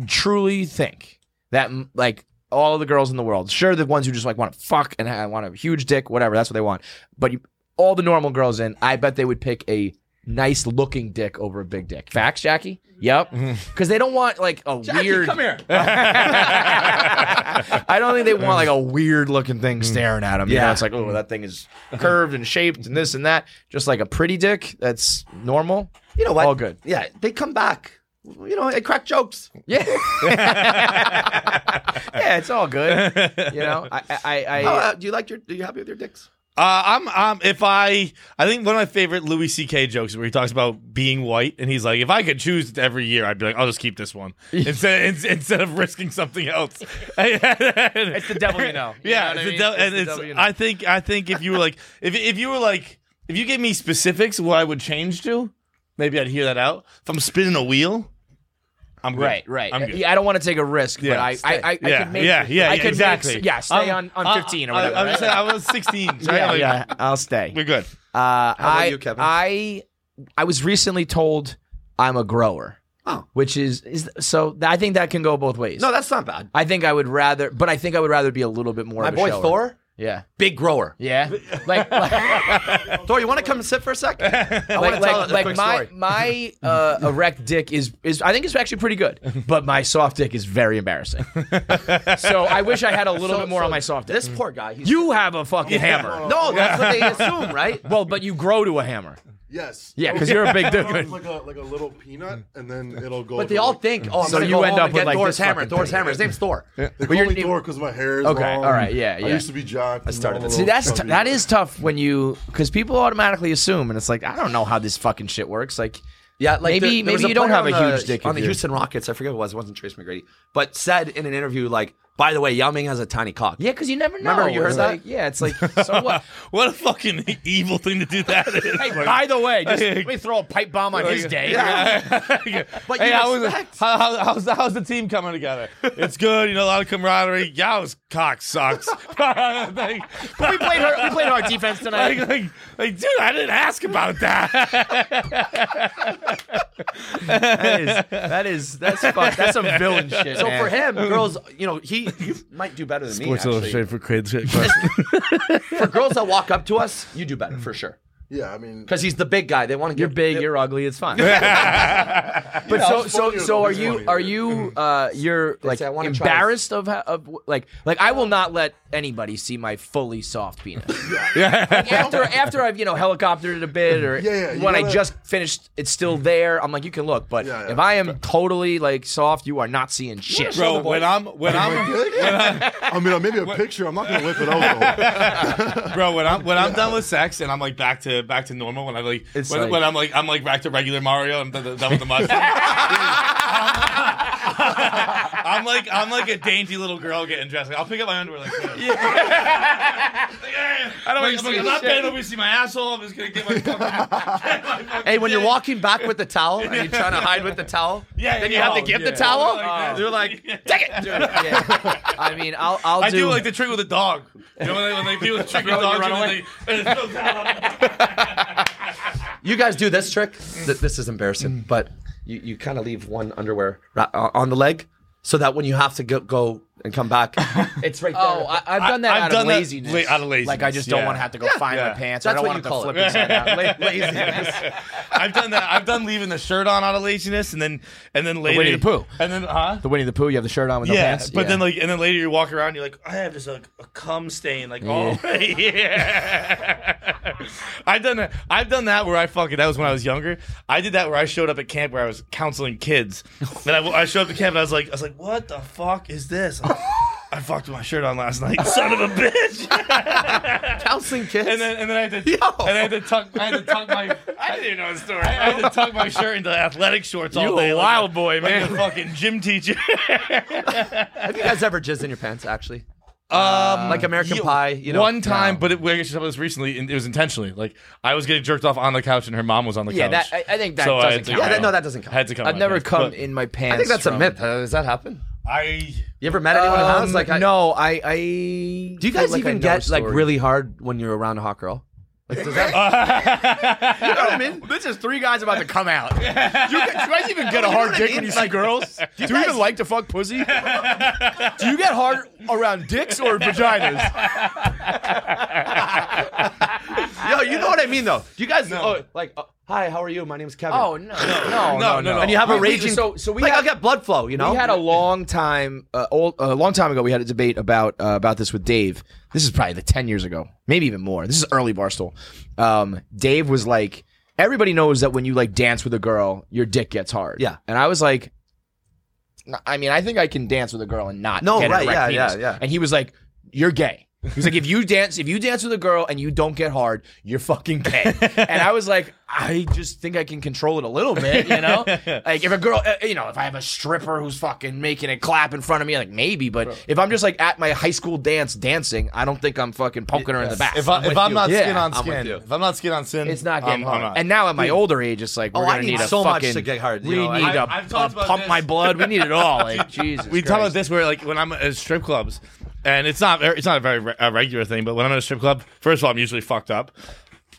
[SPEAKER 1] truly think that m- like all the girls in the world, sure the ones who just like want to fuck and ha- want a huge dick, whatever, that's what they want. But you, all the normal girls in, I bet they would pick a nice looking dick over a big dick. Facts, Jackie? Yep.
[SPEAKER 2] <laughs>
[SPEAKER 1] Because they don't want like a weird.
[SPEAKER 2] Mm-hmm. Come here.
[SPEAKER 1] <laughs> I don't think they want like a weird looking thing staring at them. Yeah,
[SPEAKER 2] Mm-hmm. Yeah.
[SPEAKER 1] it's like oh that thing is curved and shaped and this and that. Just like a pretty dick that's normal.
[SPEAKER 2] You know what?
[SPEAKER 1] All good.
[SPEAKER 2] Yeah, they come back. You know, they crack jokes.
[SPEAKER 1] Yeah. <laughs> yeah, it's all good. You know, I, I, I,
[SPEAKER 2] Oh, uh, do you like your? Are you happy with your dicks?
[SPEAKER 4] Uh, I'm, I'm, if I, I think one of my favorite Louis C.K. jokes is where he talks about being white, and he's like, if I could choose every year, I'd be like, I'll just keep
[SPEAKER 1] <laughs>
[SPEAKER 4] this one instead in, instead of risking something else. <laughs> it's
[SPEAKER 1] the devil you know. You
[SPEAKER 4] yeah,
[SPEAKER 1] know what I
[SPEAKER 4] it's the
[SPEAKER 1] mean?
[SPEAKER 4] devil-
[SPEAKER 1] It's
[SPEAKER 4] and
[SPEAKER 1] the
[SPEAKER 4] it's.
[SPEAKER 1] devil you know.
[SPEAKER 4] I think, I think if you
[SPEAKER 1] <laughs>
[SPEAKER 4] were like, if if you were like, if you gave me specifics, what I would change to, maybe I'd hear that out. If I'm spinning a wheel, I'm good.
[SPEAKER 1] right, right.
[SPEAKER 4] I'm good.
[SPEAKER 1] Yeah, I don't want to take a risk,
[SPEAKER 4] Yeah,
[SPEAKER 1] but I, I, I, I
[SPEAKER 4] yeah,
[SPEAKER 1] could make,
[SPEAKER 4] yeah, yeah,
[SPEAKER 1] I could make-
[SPEAKER 4] exactly.
[SPEAKER 1] yeah, stay
[SPEAKER 4] I'm-
[SPEAKER 1] on, on
[SPEAKER 4] I-
[SPEAKER 1] fifteen or
[SPEAKER 4] I-
[SPEAKER 1] whatever.
[SPEAKER 4] I, was
[SPEAKER 1] right?
[SPEAKER 4] saying I was 16.
[SPEAKER 1] <laughs>
[SPEAKER 4] right?
[SPEAKER 1] yeah,
[SPEAKER 4] Like,
[SPEAKER 1] yeah, I'll stay.
[SPEAKER 4] We're good.
[SPEAKER 1] Uh,
[SPEAKER 2] about
[SPEAKER 1] I,
[SPEAKER 2] you, Kevin?
[SPEAKER 1] I, I was recently told I'm a grower.
[SPEAKER 2] Oh.
[SPEAKER 1] which is is so. th- I think that can go both ways.
[SPEAKER 2] No, that's not bad.
[SPEAKER 1] I think I would rather, but I think I would rather be a little bit more.
[SPEAKER 2] My
[SPEAKER 1] of a
[SPEAKER 2] boy
[SPEAKER 1] shower.
[SPEAKER 2] Thor,
[SPEAKER 1] Yeah,
[SPEAKER 2] big grower.
[SPEAKER 1] yeah. like, like
[SPEAKER 2] Thor, you want to come sit for a sec? I
[SPEAKER 1] like
[SPEAKER 2] want to
[SPEAKER 1] like,
[SPEAKER 2] tell a
[SPEAKER 1] like
[SPEAKER 2] quick
[SPEAKER 1] my
[SPEAKER 2] story.
[SPEAKER 1] my uh, erect dick is is I think it's actually pretty good, but my soft dick is very embarrassing. so I wish I had a little
[SPEAKER 2] So-
[SPEAKER 1] bit more
[SPEAKER 2] so
[SPEAKER 1] on my soft dick.
[SPEAKER 2] This poor guy. He's,
[SPEAKER 1] you have a fucking hammer.
[SPEAKER 2] <laughs> No, that's what they assume, right?
[SPEAKER 1] Well, but you grow to a hammer.
[SPEAKER 5] Yes.
[SPEAKER 1] Yeah, 'cause you're a big
[SPEAKER 5] Start
[SPEAKER 1] dude.
[SPEAKER 5] off <laughs> Like a like a little peanut, and then it'll go.
[SPEAKER 2] But they
[SPEAKER 5] to,
[SPEAKER 2] all
[SPEAKER 5] like-
[SPEAKER 2] think, oh, I'm
[SPEAKER 1] Mm. So
[SPEAKER 2] gonna
[SPEAKER 1] you
[SPEAKER 2] go
[SPEAKER 1] end
[SPEAKER 2] home
[SPEAKER 1] up
[SPEAKER 2] and
[SPEAKER 1] with,
[SPEAKER 2] get
[SPEAKER 1] like,
[SPEAKER 2] Thor's
[SPEAKER 1] this
[SPEAKER 2] hammer.
[SPEAKER 1] fucking
[SPEAKER 2] Thor's
[SPEAKER 1] thing.
[SPEAKER 2] hammer. His
[SPEAKER 1] <laughs>
[SPEAKER 2] name's Thor.
[SPEAKER 5] They call
[SPEAKER 1] you're-
[SPEAKER 5] me Thor because my hair is
[SPEAKER 1] Okay,
[SPEAKER 5] long.
[SPEAKER 1] all right, yeah,
[SPEAKER 5] I
[SPEAKER 1] yeah.
[SPEAKER 5] used to be jacked. I
[SPEAKER 2] started this.
[SPEAKER 1] See, that's t- that is tough when you because people automatically assume, and it's like I don't know how this fucking shit works. Like,
[SPEAKER 2] Yeah, like
[SPEAKER 1] Maybe-
[SPEAKER 2] there- there was
[SPEAKER 1] maybe you don't
[SPEAKER 2] player
[SPEAKER 1] have a
[SPEAKER 2] on the-
[SPEAKER 1] huge dick
[SPEAKER 2] on
[SPEAKER 1] if
[SPEAKER 2] the
[SPEAKER 1] you're-
[SPEAKER 2] Houston Rockets. I forget who it was. It wasn't Trace McGrady, but said in an interview, like, by the way, Yao Ming has a tiny cock.
[SPEAKER 1] yeah, because you never know.
[SPEAKER 2] Remember you heard
[SPEAKER 1] It's
[SPEAKER 2] that?
[SPEAKER 1] like- yeah, it's like so
[SPEAKER 2] <laughs>
[SPEAKER 1] what.
[SPEAKER 4] What a fucking evil thing to do that is.
[SPEAKER 1] Hey, by the way, just let me throw a pipe bomb on
[SPEAKER 2] <laughs>
[SPEAKER 1] his day.
[SPEAKER 4] <laughs>
[SPEAKER 2] But
[SPEAKER 4] hey,
[SPEAKER 2] you
[SPEAKER 4] how was it-
[SPEAKER 2] expect-
[SPEAKER 4] how, how, how's, how's the team coming together? It's good, you know, a lot of camaraderie. Yao's cock sucks. <laughs> like,
[SPEAKER 1] We played hard, we played hard defense tonight.
[SPEAKER 4] <laughs> like, like, like, dude, I didn't ask about that.
[SPEAKER 1] That is that is that's fuck, that's some
[SPEAKER 2] <laughs>
[SPEAKER 1] villain shit.
[SPEAKER 2] So
[SPEAKER 1] man.
[SPEAKER 2] for
[SPEAKER 1] <laughs>
[SPEAKER 2] him, girls, you know, he you might do better than me. Actually.
[SPEAKER 4] for kids.
[SPEAKER 1] <laughs>
[SPEAKER 2] For girls that walk up to us, you
[SPEAKER 1] <laughs>
[SPEAKER 2] do better for sure.
[SPEAKER 5] Yeah, I mean, <laughs>
[SPEAKER 2] Because he's the big guy. They want to
[SPEAKER 1] you're
[SPEAKER 2] get
[SPEAKER 1] big, you're ugly, it's
[SPEAKER 2] <laughs>
[SPEAKER 1] fine. <laughs> but so
[SPEAKER 5] it's
[SPEAKER 1] so
[SPEAKER 5] funny,
[SPEAKER 1] so are
[SPEAKER 5] it's
[SPEAKER 1] you
[SPEAKER 5] funny.
[SPEAKER 1] are you uh you're like
[SPEAKER 2] say, "I wanna try
[SPEAKER 1] embarrassed of, ho- of like like I will not let anybody see my fully soft penis. Like, after after I've you know helicoptered it a bit or
[SPEAKER 5] Yeah, yeah, you
[SPEAKER 1] when I
[SPEAKER 5] gotta-
[SPEAKER 1] just finished it's still there. I'm like you can look, but
[SPEAKER 5] Yeah, yeah.
[SPEAKER 1] if I am totally like soft, you are not seeing shit.
[SPEAKER 4] Bro, when I'm
[SPEAKER 1] <laughs>
[SPEAKER 4] when I'm
[SPEAKER 5] I mean, maybe a picture. I'm not gonna whip it out.
[SPEAKER 1] <laughs>
[SPEAKER 6] <laughs>
[SPEAKER 4] bro when I'm when I'm done with sex and I'm like back to back to normal when I like when,
[SPEAKER 1] It's like-
[SPEAKER 4] when I'm like I'm like back to regular Mario I'm done, done with the mushroom. <laughs> I'm like I'm like a dainty little girl getting dressed. Like, I'll pick up my underwear like. <laughs> Yeah. I don't
[SPEAKER 1] wanna
[SPEAKER 4] like, like,
[SPEAKER 1] see
[SPEAKER 4] I'm not
[SPEAKER 1] shit.
[SPEAKER 4] bad. Nobody see my asshole. I'm just gonna <laughs> get my.
[SPEAKER 2] Hey, when you're walking back with the towel and you're trying to hide with
[SPEAKER 1] <laughs>
[SPEAKER 2] the towel,
[SPEAKER 4] Yeah,
[SPEAKER 2] then
[SPEAKER 4] yeah,
[SPEAKER 2] you have to
[SPEAKER 4] oh,
[SPEAKER 2] give the
[SPEAKER 4] yeah.
[SPEAKER 2] towel.
[SPEAKER 4] Like this.
[SPEAKER 2] You're like,
[SPEAKER 1] Uh. Take it. Dude, yeah. I mean, I'll I'll
[SPEAKER 4] I do, like the trick with the dog. You know when they, when they do the trick with
[SPEAKER 1] Throw it,
[SPEAKER 4] dogs,
[SPEAKER 1] run
[SPEAKER 4] and
[SPEAKER 1] away.
[SPEAKER 4] they, <laughs> and they throw down.
[SPEAKER 2] you guys do this trick. Th- This is embarrassing, but you, you kind of leave one underwear ra- o- on the leg so that when you have to go, go and come back, it's right there.
[SPEAKER 1] Oh, I, I've done that
[SPEAKER 4] I've
[SPEAKER 1] out
[SPEAKER 4] done
[SPEAKER 1] of
[SPEAKER 4] that
[SPEAKER 1] laziness.
[SPEAKER 4] la- out of
[SPEAKER 1] Like I just don't
[SPEAKER 4] laziness,
[SPEAKER 1] want to have to go find my pants.
[SPEAKER 2] That's
[SPEAKER 1] I don't
[SPEAKER 2] what
[SPEAKER 1] want
[SPEAKER 2] you
[SPEAKER 1] to
[SPEAKER 2] call
[SPEAKER 1] flip
[SPEAKER 2] it.
[SPEAKER 1] inside out. La-
[SPEAKER 2] <laughs>
[SPEAKER 1] laziness.
[SPEAKER 4] I've done that. I've done leaving the shirt on out of laziness, and then and then later
[SPEAKER 1] Winnie the Pooh.
[SPEAKER 4] and then huh?
[SPEAKER 1] The Winnie the Pooh, you have the shirt on with no
[SPEAKER 4] yeah,
[SPEAKER 1] pants.
[SPEAKER 4] but then like and then later you walk around, you're like, I have this like a cum stain like all yeah. <laughs> I've done that. I've done that where I fucking that was when I was younger. I did that where I showed up at camp where I was counseling kids, and I, I showed up to camp and I was like, I was like, what the fuck
[SPEAKER 1] <laughs>
[SPEAKER 4] is this? I'm like, I fucked with my shirt on last night, <laughs> son of a bitch.
[SPEAKER 2] counseling kids.
[SPEAKER 4] And then, and then I had to,
[SPEAKER 2] Yo.
[SPEAKER 4] and I had to tuck, I had to
[SPEAKER 1] <laughs>
[SPEAKER 4] tuck my, I didn't even know the story. I had to tuck my shirt into athletic shorts all
[SPEAKER 1] You a
[SPEAKER 4] day.
[SPEAKER 1] wild <laughs>
[SPEAKER 4] boy, man! Like a fucking gym teacher.
[SPEAKER 2] have you guys ever jizzed in your pants? Actually,
[SPEAKER 4] Um,
[SPEAKER 2] Like American
[SPEAKER 4] ye-
[SPEAKER 2] Pie, you know?
[SPEAKER 4] one time, but it, we actually saw this recently, and it was intentionally. Like I was getting jerked off on the couch, and her mom was on the
[SPEAKER 1] Yeah,
[SPEAKER 4] couch.
[SPEAKER 1] that- I- I think that
[SPEAKER 4] so
[SPEAKER 1] doesn't
[SPEAKER 4] had to
[SPEAKER 1] count.
[SPEAKER 4] come
[SPEAKER 1] Yeah, that-
[SPEAKER 2] no,
[SPEAKER 4] out.
[SPEAKER 2] that doesn't count.
[SPEAKER 4] Had to come.
[SPEAKER 1] I've
[SPEAKER 4] out,
[SPEAKER 1] never
[SPEAKER 4] yes.
[SPEAKER 1] come
[SPEAKER 4] But
[SPEAKER 1] in my pants.
[SPEAKER 2] I think that's a
[SPEAKER 1] from-
[SPEAKER 2] myth. Uh, Does that happen?
[SPEAKER 4] I
[SPEAKER 2] You ever met anyone in the house?
[SPEAKER 1] Um,
[SPEAKER 2] Like, I,
[SPEAKER 1] no, I, I.
[SPEAKER 2] Do you guys even get like really hard when you're around a hot girl? Like, does that, <laughs>
[SPEAKER 1] This is three guys about to come
[SPEAKER 4] <laughs>
[SPEAKER 1] out.
[SPEAKER 7] You, guys- you guys even get a hard dick when you see girls? Do you even like to fuck pussy? Do you get hard around dicks
[SPEAKER 1] <laughs>
[SPEAKER 7] or vaginas?
[SPEAKER 2] yo, you know what I mean though. Do you guys oh, like, oh, hi, how are you? My name's Kevin.
[SPEAKER 1] Oh no, no, no,
[SPEAKER 4] no,
[SPEAKER 1] no,
[SPEAKER 4] no.
[SPEAKER 2] and you have a
[SPEAKER 1] We- we-
[SPEAKER 2] raging.
[SPEAKER 1] so- so we
[SPEAKER 2] like,
[SPEAKER 1] had-
[SPEAKER 2] I'll get blood flow. You know,
[SPEAKER 1] We had a long time, uh, old, a long time ago. We had a debate about uh, about this with Dave. This is probably the ten years ago, maybe even more. This is early Barstool. Um, Dave was like, everybody knows that when you like dance with a girl, your dick gets hard.
[SPEAKER 2] Yeah.
[SPEAKER 1] and I was like, "N- I mean, I think I can dance with a girl and not.
[SPEAKER 2] No,
[SPEAKER 1] get an
[SPEAKER 2] right,
[SPEAKER 1] erect
[SPEAKER 2] yeah, yeah,
[SPEAKER 1] penis."
[SPEAKER 2] yeah.
[SPEAKER 1] And he was like, you're gay. He was like, if you dance, if you dance with a girl and you don't get hard, you're fucking gay. and I was like, I just think I can control it a little bit, you know. like if a girl, uh, you know, if I have a stripper who's fucking making it clap in front of me, like maybe. But if I'm just like at my high school dance dancing, I don't think I'm fucking poking her in the back.
[SPEAKER 4] if, I, if I'm not
[SPEAKER 1] Yeah,
[SPEAKER 4] skin on
[SPEAKER 2] I'm with
[SPEAKER 4] skin,
[SPEAKER 2] you.
[SPEAKER 4] if I'm not skin on sin,
[SPEAKER 1] it's not getting
[SPEAKER 4] I'm- I'm
[SPEAKER 1] hard.
[SPEAKER 4] not.
[SPEAKER 1] And now at my older age, it's like we're
[SPEAKER 2] Oh, I
[SPEAKER 1] gonna
[SPEAKER 2] need
[SPEAKER 1] a
[SPEAKER 2] so much
[SPEAKER 1] fucking,
[SPEAKER 2] to get hard, you
[SPEAKER 1] We
[SPEAKER 2] know, I-
[SPEAKER 1] need a
[SPEAKER 4] I've talked
[SPEAKER 1] a
[SPEAKER 4] about
[SPEAKER 1] pump
[SPEAKER 4] this.
[SPEAKER 1] my blood. We need it all.
[SPEAKER 4] <laughs>
[SPEAKER 1] Like Jesus,
[SPEAKER 4] we talk about
[SPEAKER 1] Christ.
[SPEAKER 4] this where like when I'm at strip clubs, and it's not it's not a very re- a regular thing, but when I'm at a strip club, first of all, I'm usually fucked up.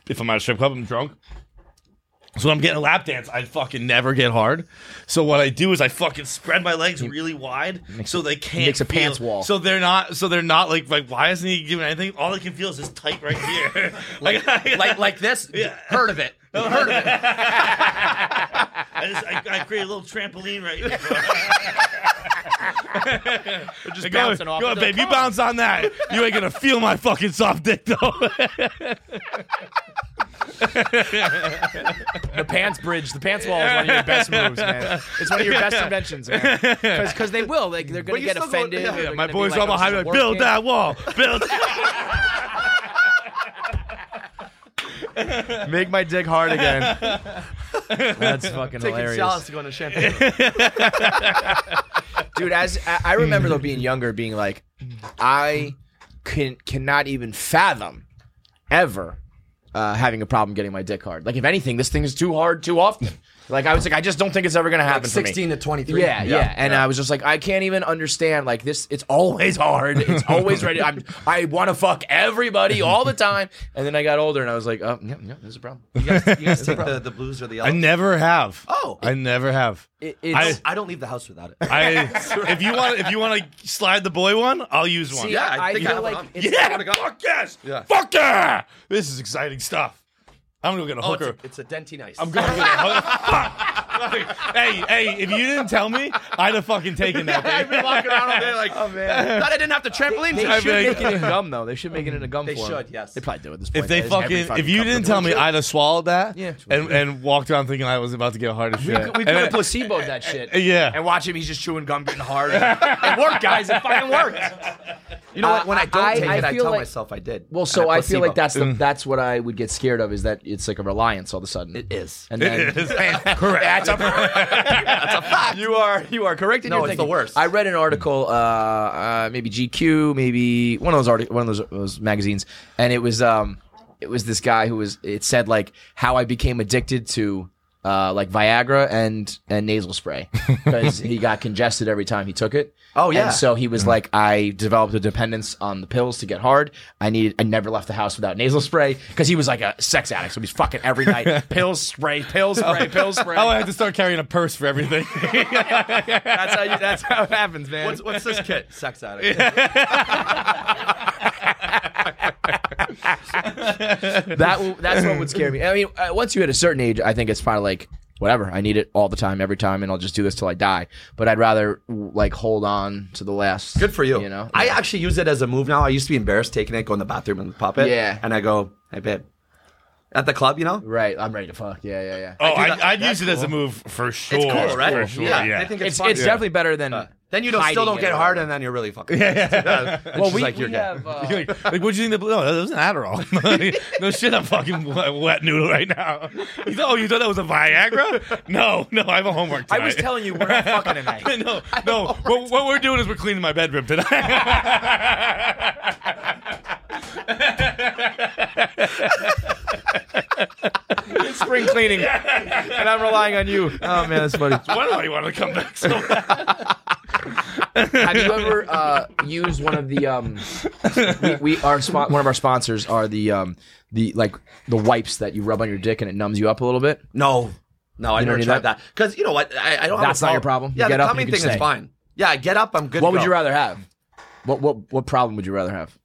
[SPEAKER 4] If I'm at a strip club, I'm drunk. So when I'm getting a lap dance, I fucking never get hard. So what I do is I fucking spread my legs really wide so they can't
[SPEAKER 1] makes a
[SPEAKER 4] feel-
[SPEAKER 1] pants wall.
[SPEAKER 4] So they're not so they're not like like why isn't he giving anything? All they can feel is this tight right here. <laughs> like,
[SPEAKER 2] like like this.
[SPEAKER 4] Yeah.
[SPEAKER 2] Heard
[SPEAKER 4] <laughs>
[SPEAKER 2] of it? Heard of it?
[SPEAKER 4] I just I, I create a little trampoline right here. just
[SPEAKER 1] bouncing
[SPEAKER 4] go,
[SPEAKER 1] off
[SPEAKER 4] Go,
[SPEAKER 1] it.
[SPEAKER 4] babe, you bounce on that. You ain't gonna feel my fucking soft dick though.
[SPEAKER 7] The pants bridge, the pants
[SPEAKER 1] wall is one of your
[SPEAKER 4] <laughs>
[SPEAKER 1] best moves, man. It's one of your best inventions, man. Because they will, like they're gonna
[SPEAKER 2] you
[SPEAKER 1] get
[SPEAKER 2] still go-
[SPEAKER 1] offended.
[SPEAKER 2] yeah,
[SPEAKER 1] or they're
[SPEAKER 4] <laughs> my
[SPEAKER 1] gonna be
[SPEAKER 4] boys
[SPEAKER 1] like,
[SPEAKER 4] all
[SPEAKER 1] "Oh, this
[SPEAKER 4] behind me,
[SPEAKER 1] is
[SPEAKER 4] like,
[SPEAKER 1] a
[SPEAKER 4] build
[SPEAKER 1] work
[SPEAKER 4] that wall, build.
[SPEAKER 1] camp. Make my dick hard <laughs> again.
[SPEAKER 7] That's fucking
[SPEAKER 2] Taking
[SPEAKER 7] hilarious.
[SPEAKER 2] shots to go on a champagne.
[SPEAKER 1] dude. As I I remember though, being younger, being like, I can cannot even fathom ever uh, having a problem getting my dick hard. Like if anything, this thing is too hard too often. Like I was like, I just don't think it's ever gonna happen. for me.
[SPEAKER 2] Sixteen to twenty-three.
[SPEAKER 1] Yeah, yeah. And I was just like, I can't even understand. Like this, it's always hard. It's always ready. I'm, I want to fuck everybody all the time. And then I got older, and I was like, oh, no, no, this is a problem.
[SPEAKER 2] You guys, <laughs> you guys take the, the blues or the
[SPEAKER 4] I
[SPEAKER 2] L's.
[SPEAKER 4] never have.
[SPEAKER 2] Oh.
[SPEAKER 4] I never have.
[SPEAKER 1] It, it's,
[SPEAKER 2] I don't leave the house without it.
[SPEAKER 1] <laughs>
[SPEAKER 4] I if you want if you want to slide the boy one, I'll use one.
[SPEAKER 1] See,
[SPEAKER 2] yeah, I
[SPEAKER 1] I,
[SPEAKER 2] think I
[SPEAKER 1] feel
[SPEAKER 2] have
[SPEAKER 1] like
[SPEAKER 2] one.
[SPEAKER 1] it's,
[SPEAKER 4] yeah, fuck yes,
[SPEAKER 2] Yeah.
[SPEAKER 4] fuck yeah. This is exciting stuff. I'm gonna go get a
[SPEAKER 2] Oh, it's
[SPEAKER 4] hooker.
[SPEAKER 2] a, it's a dentine ice.
[SPEAKER 4] I'm going to get a
[SPEAKER 1] <laughs>
[SPEAKER 4] hooker. Fuck. Like, hey, hey, if you didn't tell me, I'd have fucking
[SPEAKER 1] <laughs>
[SPEAKER 2] <laughs>
[SPEAKER 4] taken that. babe.
[SPEAKER 2] walking around all day like, oh man, thought I didn't have to trampoline.
[SPEAKER 1] They
[SPEAKER 4] I
[SPEAKER 1] should
[SPEAKER 4] mean-
[SPEAKER 1] make it in gum though. They should make it in a gum.
[SPEAKER 2] They
[SPEAKER 1] form.
[SPEAKER 2] should, yes.
[SPEAKER 1] They probably do at this point.
[SPEAKER 4] If they
[SPEAKER 1] There's every
[SPEAKER 4] fucking, if
[SPEAKER 1] fucking
[SPEAKER 4] you
[SPEAKER 1] company
[SPEAKER 4] didn't
[SPEAKER 1] doing
[SPEAKER 4] tell me,
[SPEAKER 1] it.
[SPEAKER 4] I'd have swallowed that
[SPEAKER 1] Yeah.
[SPEAKER 4] and, and walked around thinking I was about to get hard as shit.
[SPEAKER 1] we
[SPEAKER 4] And
[SPEAKER 1] could have
[SPEAKER 4] I-
[SPEAKER 1] <laughs> placeboed that shit.
[SPEAKER 4] Yeah.
[SPEAKER 1] <laughs> And watch him. He's just chewing gum, getting hard. <laughs> it worked, guys. It fucking worked.
[SPEAKER 2] <laughs> You know what? When I don't
[SPEAKER 1] I-
[SPEAKER 2] take
[SPEAKER 1] I
[SPEAKER 2] it, I
[SPEAKER 1] feel
[SPEAKER 2] tell
[SPEAKER 1] like-
[SPEAKER 2] myself I did.
[SPEAKER 1] Well,
[SPEAKER 2] And
[SPEAKER 1] so I feel
[SPEAKER 2] placebo.
[SPEAKER 1] like that's the,
[SPEAKER 4] Mm.
[SPEAKER 1] that's what I would get scared of is that it's like a reliance all of a sudden.
[SPEAKER 2] it is. <laughs>
[SPEAKER 1] And then
[SPEAKER 4] <laughs> Correct.
[SPEAKER 1] that's a
[SPEAKER 4] <laughs>
[SPEAKER 1] You are you are correct. In
[SPEAKER 2] No,
[SPEAKER 1] your
[SPEAKER 2] it's
[SPEAKER 1] thinking.
[SPEAKER 2] the worst.
[SPEAKER 1] I read an article, uh, uh, maybe GQ, maybe one of those artic- one of those, those magazines, and it was um, it was this guy who was. It said like how I became addicted to. Uh, like Viagra and and nasal spray because he got congested every time he took it.
[SPEAKER 2] Oh, yeah.
[SPEAKER 1] And so he was like, I developed a dependence on the pills to get hard. I needed. I never left the house without nasal spray because he was like a sex addict. So he's fucking every night. pills spray, pills
[SPEAKER 2] <laughs>
[SPEAKER 1] spray, pills spray.
[SPEAKER 4] Oh, I have to start carrying a purse for everything.
[SPEAKER 1] That's how you, that's how it happens, man.
[SPEAKER 2] What's, what's this kit? Sex addict.
[SPEAKER 1] that w- that's what would scare me. I mean, uh, once you hit a certain age, I think it's probably like whatever. I need it all the time, every time, and I'll just do this till I die. But I'd rather w- like hold on to the last.
[SPEAKER 2] Good for you.
[SPEAKER 1] You know,
[SPEAKER 2] I actually use it as a move now. I used to be embarrassed taking it, go in the bathroom and pop it.
[SPEAKER 1] Yeah.
[SPEAKER 2] And I go, hey, babe. At the club, you know?
[SPEAKER 1] right. I'm ready to fuck. Yeah, yeah, yeah.
[SPEAKER 2] do
[SPEAKER 4] oh, I,
[SPEAKER 2] that-
[SPEAKER 4] I'd
[SPEAKER 2] that's
[SPEAKER 4] use it as a move for sure.
[SPEAKER 2] It's cool, right?
[SPEAKER 4] For sure, yeah.
[SPEAKER 2] I think
[SPEAKER 1] It's
[SPEAKER 2] fun. Uh,
[SPEAKER 1] it's definitely better than
[SPEAKER 2] Then you don't, still
[SPEAKER 1] hiding
[SPEAKER 2] don't
[SPEAKER 1] it
[SPEAKER 2] get
[SPEAKER 1] or
[SPEAKER 2] hard, and then you're
[SPEAKER 1] <laughs>
[SPEAKER 2] really fucking. Yeah. well, we, like, you're gay.
[SPEAKER 1] uh, Oh.
[SPEAKER 4] like, like, what'd you think? The, no, that was an Adderall. <laughs> no shit, I'm fucking wet, wet noodle right now. <laughs> You thought, oh, you thought that was a Viagra? No, no, I have a homework
[SPEAKER 1] I
[SPEAKER 4] tonight.
[SPEAKER 1] was telling you we're not
[SPEAKER 4] <laughs>
[SPEAKER 1] fucking tonight.
[SPEAKER 4] no, no. What, what we're doing is we're cleaning my bedroom tonight.
[SPEAKER 1] <laughs> Spring cleaning, and I'm relying on you. Oh man, that's funny.
[SPEAKER 4] <laughs> Why do you want to come
[SPEAKER 1] <laughs>
[SPEAKER 4] back so bad?
[SPEAKER 1] Have you ever uh, used one of the um, we, we our spon- one of our sponsors are the um, the like the wipes that you rub on your dick and it numbs you up a little bit?
[SPEAKER 2] No, no, I
[SPEAKER 1] You don't
[SPEAKER 2] never
[SPEAKER 1] need
[SPEAKER 2] tried
[SPEAKER 1] that?
[SPEAKER 2] that because you know what? I, I don't.
[SPEAKER 1] That's
[SPEAKER 2] have
[SPEAKER 1] not
[SPEAKER 2] a
[SPEAKER 1] your problem? You
[SPEAKER 2] Yeah,
[SPEAKER 1] get
[SPEAKER 2] the
[SPEAKER 1] up and
[SPEAKER 2] coming
[SPEAKER 1] you
[SPEAKER 2] thing
[SPEAKER 1] can
[SPEAKER 2] is
[SPEAKER 1] stay.
[SPEAKER 2] fine. Yeah, I get up. I'm good. to
[SPEAKER 1] What would
[SPEAKER 2] go.
[SPEAKER 1] you rather have? What what what problem would you rather have?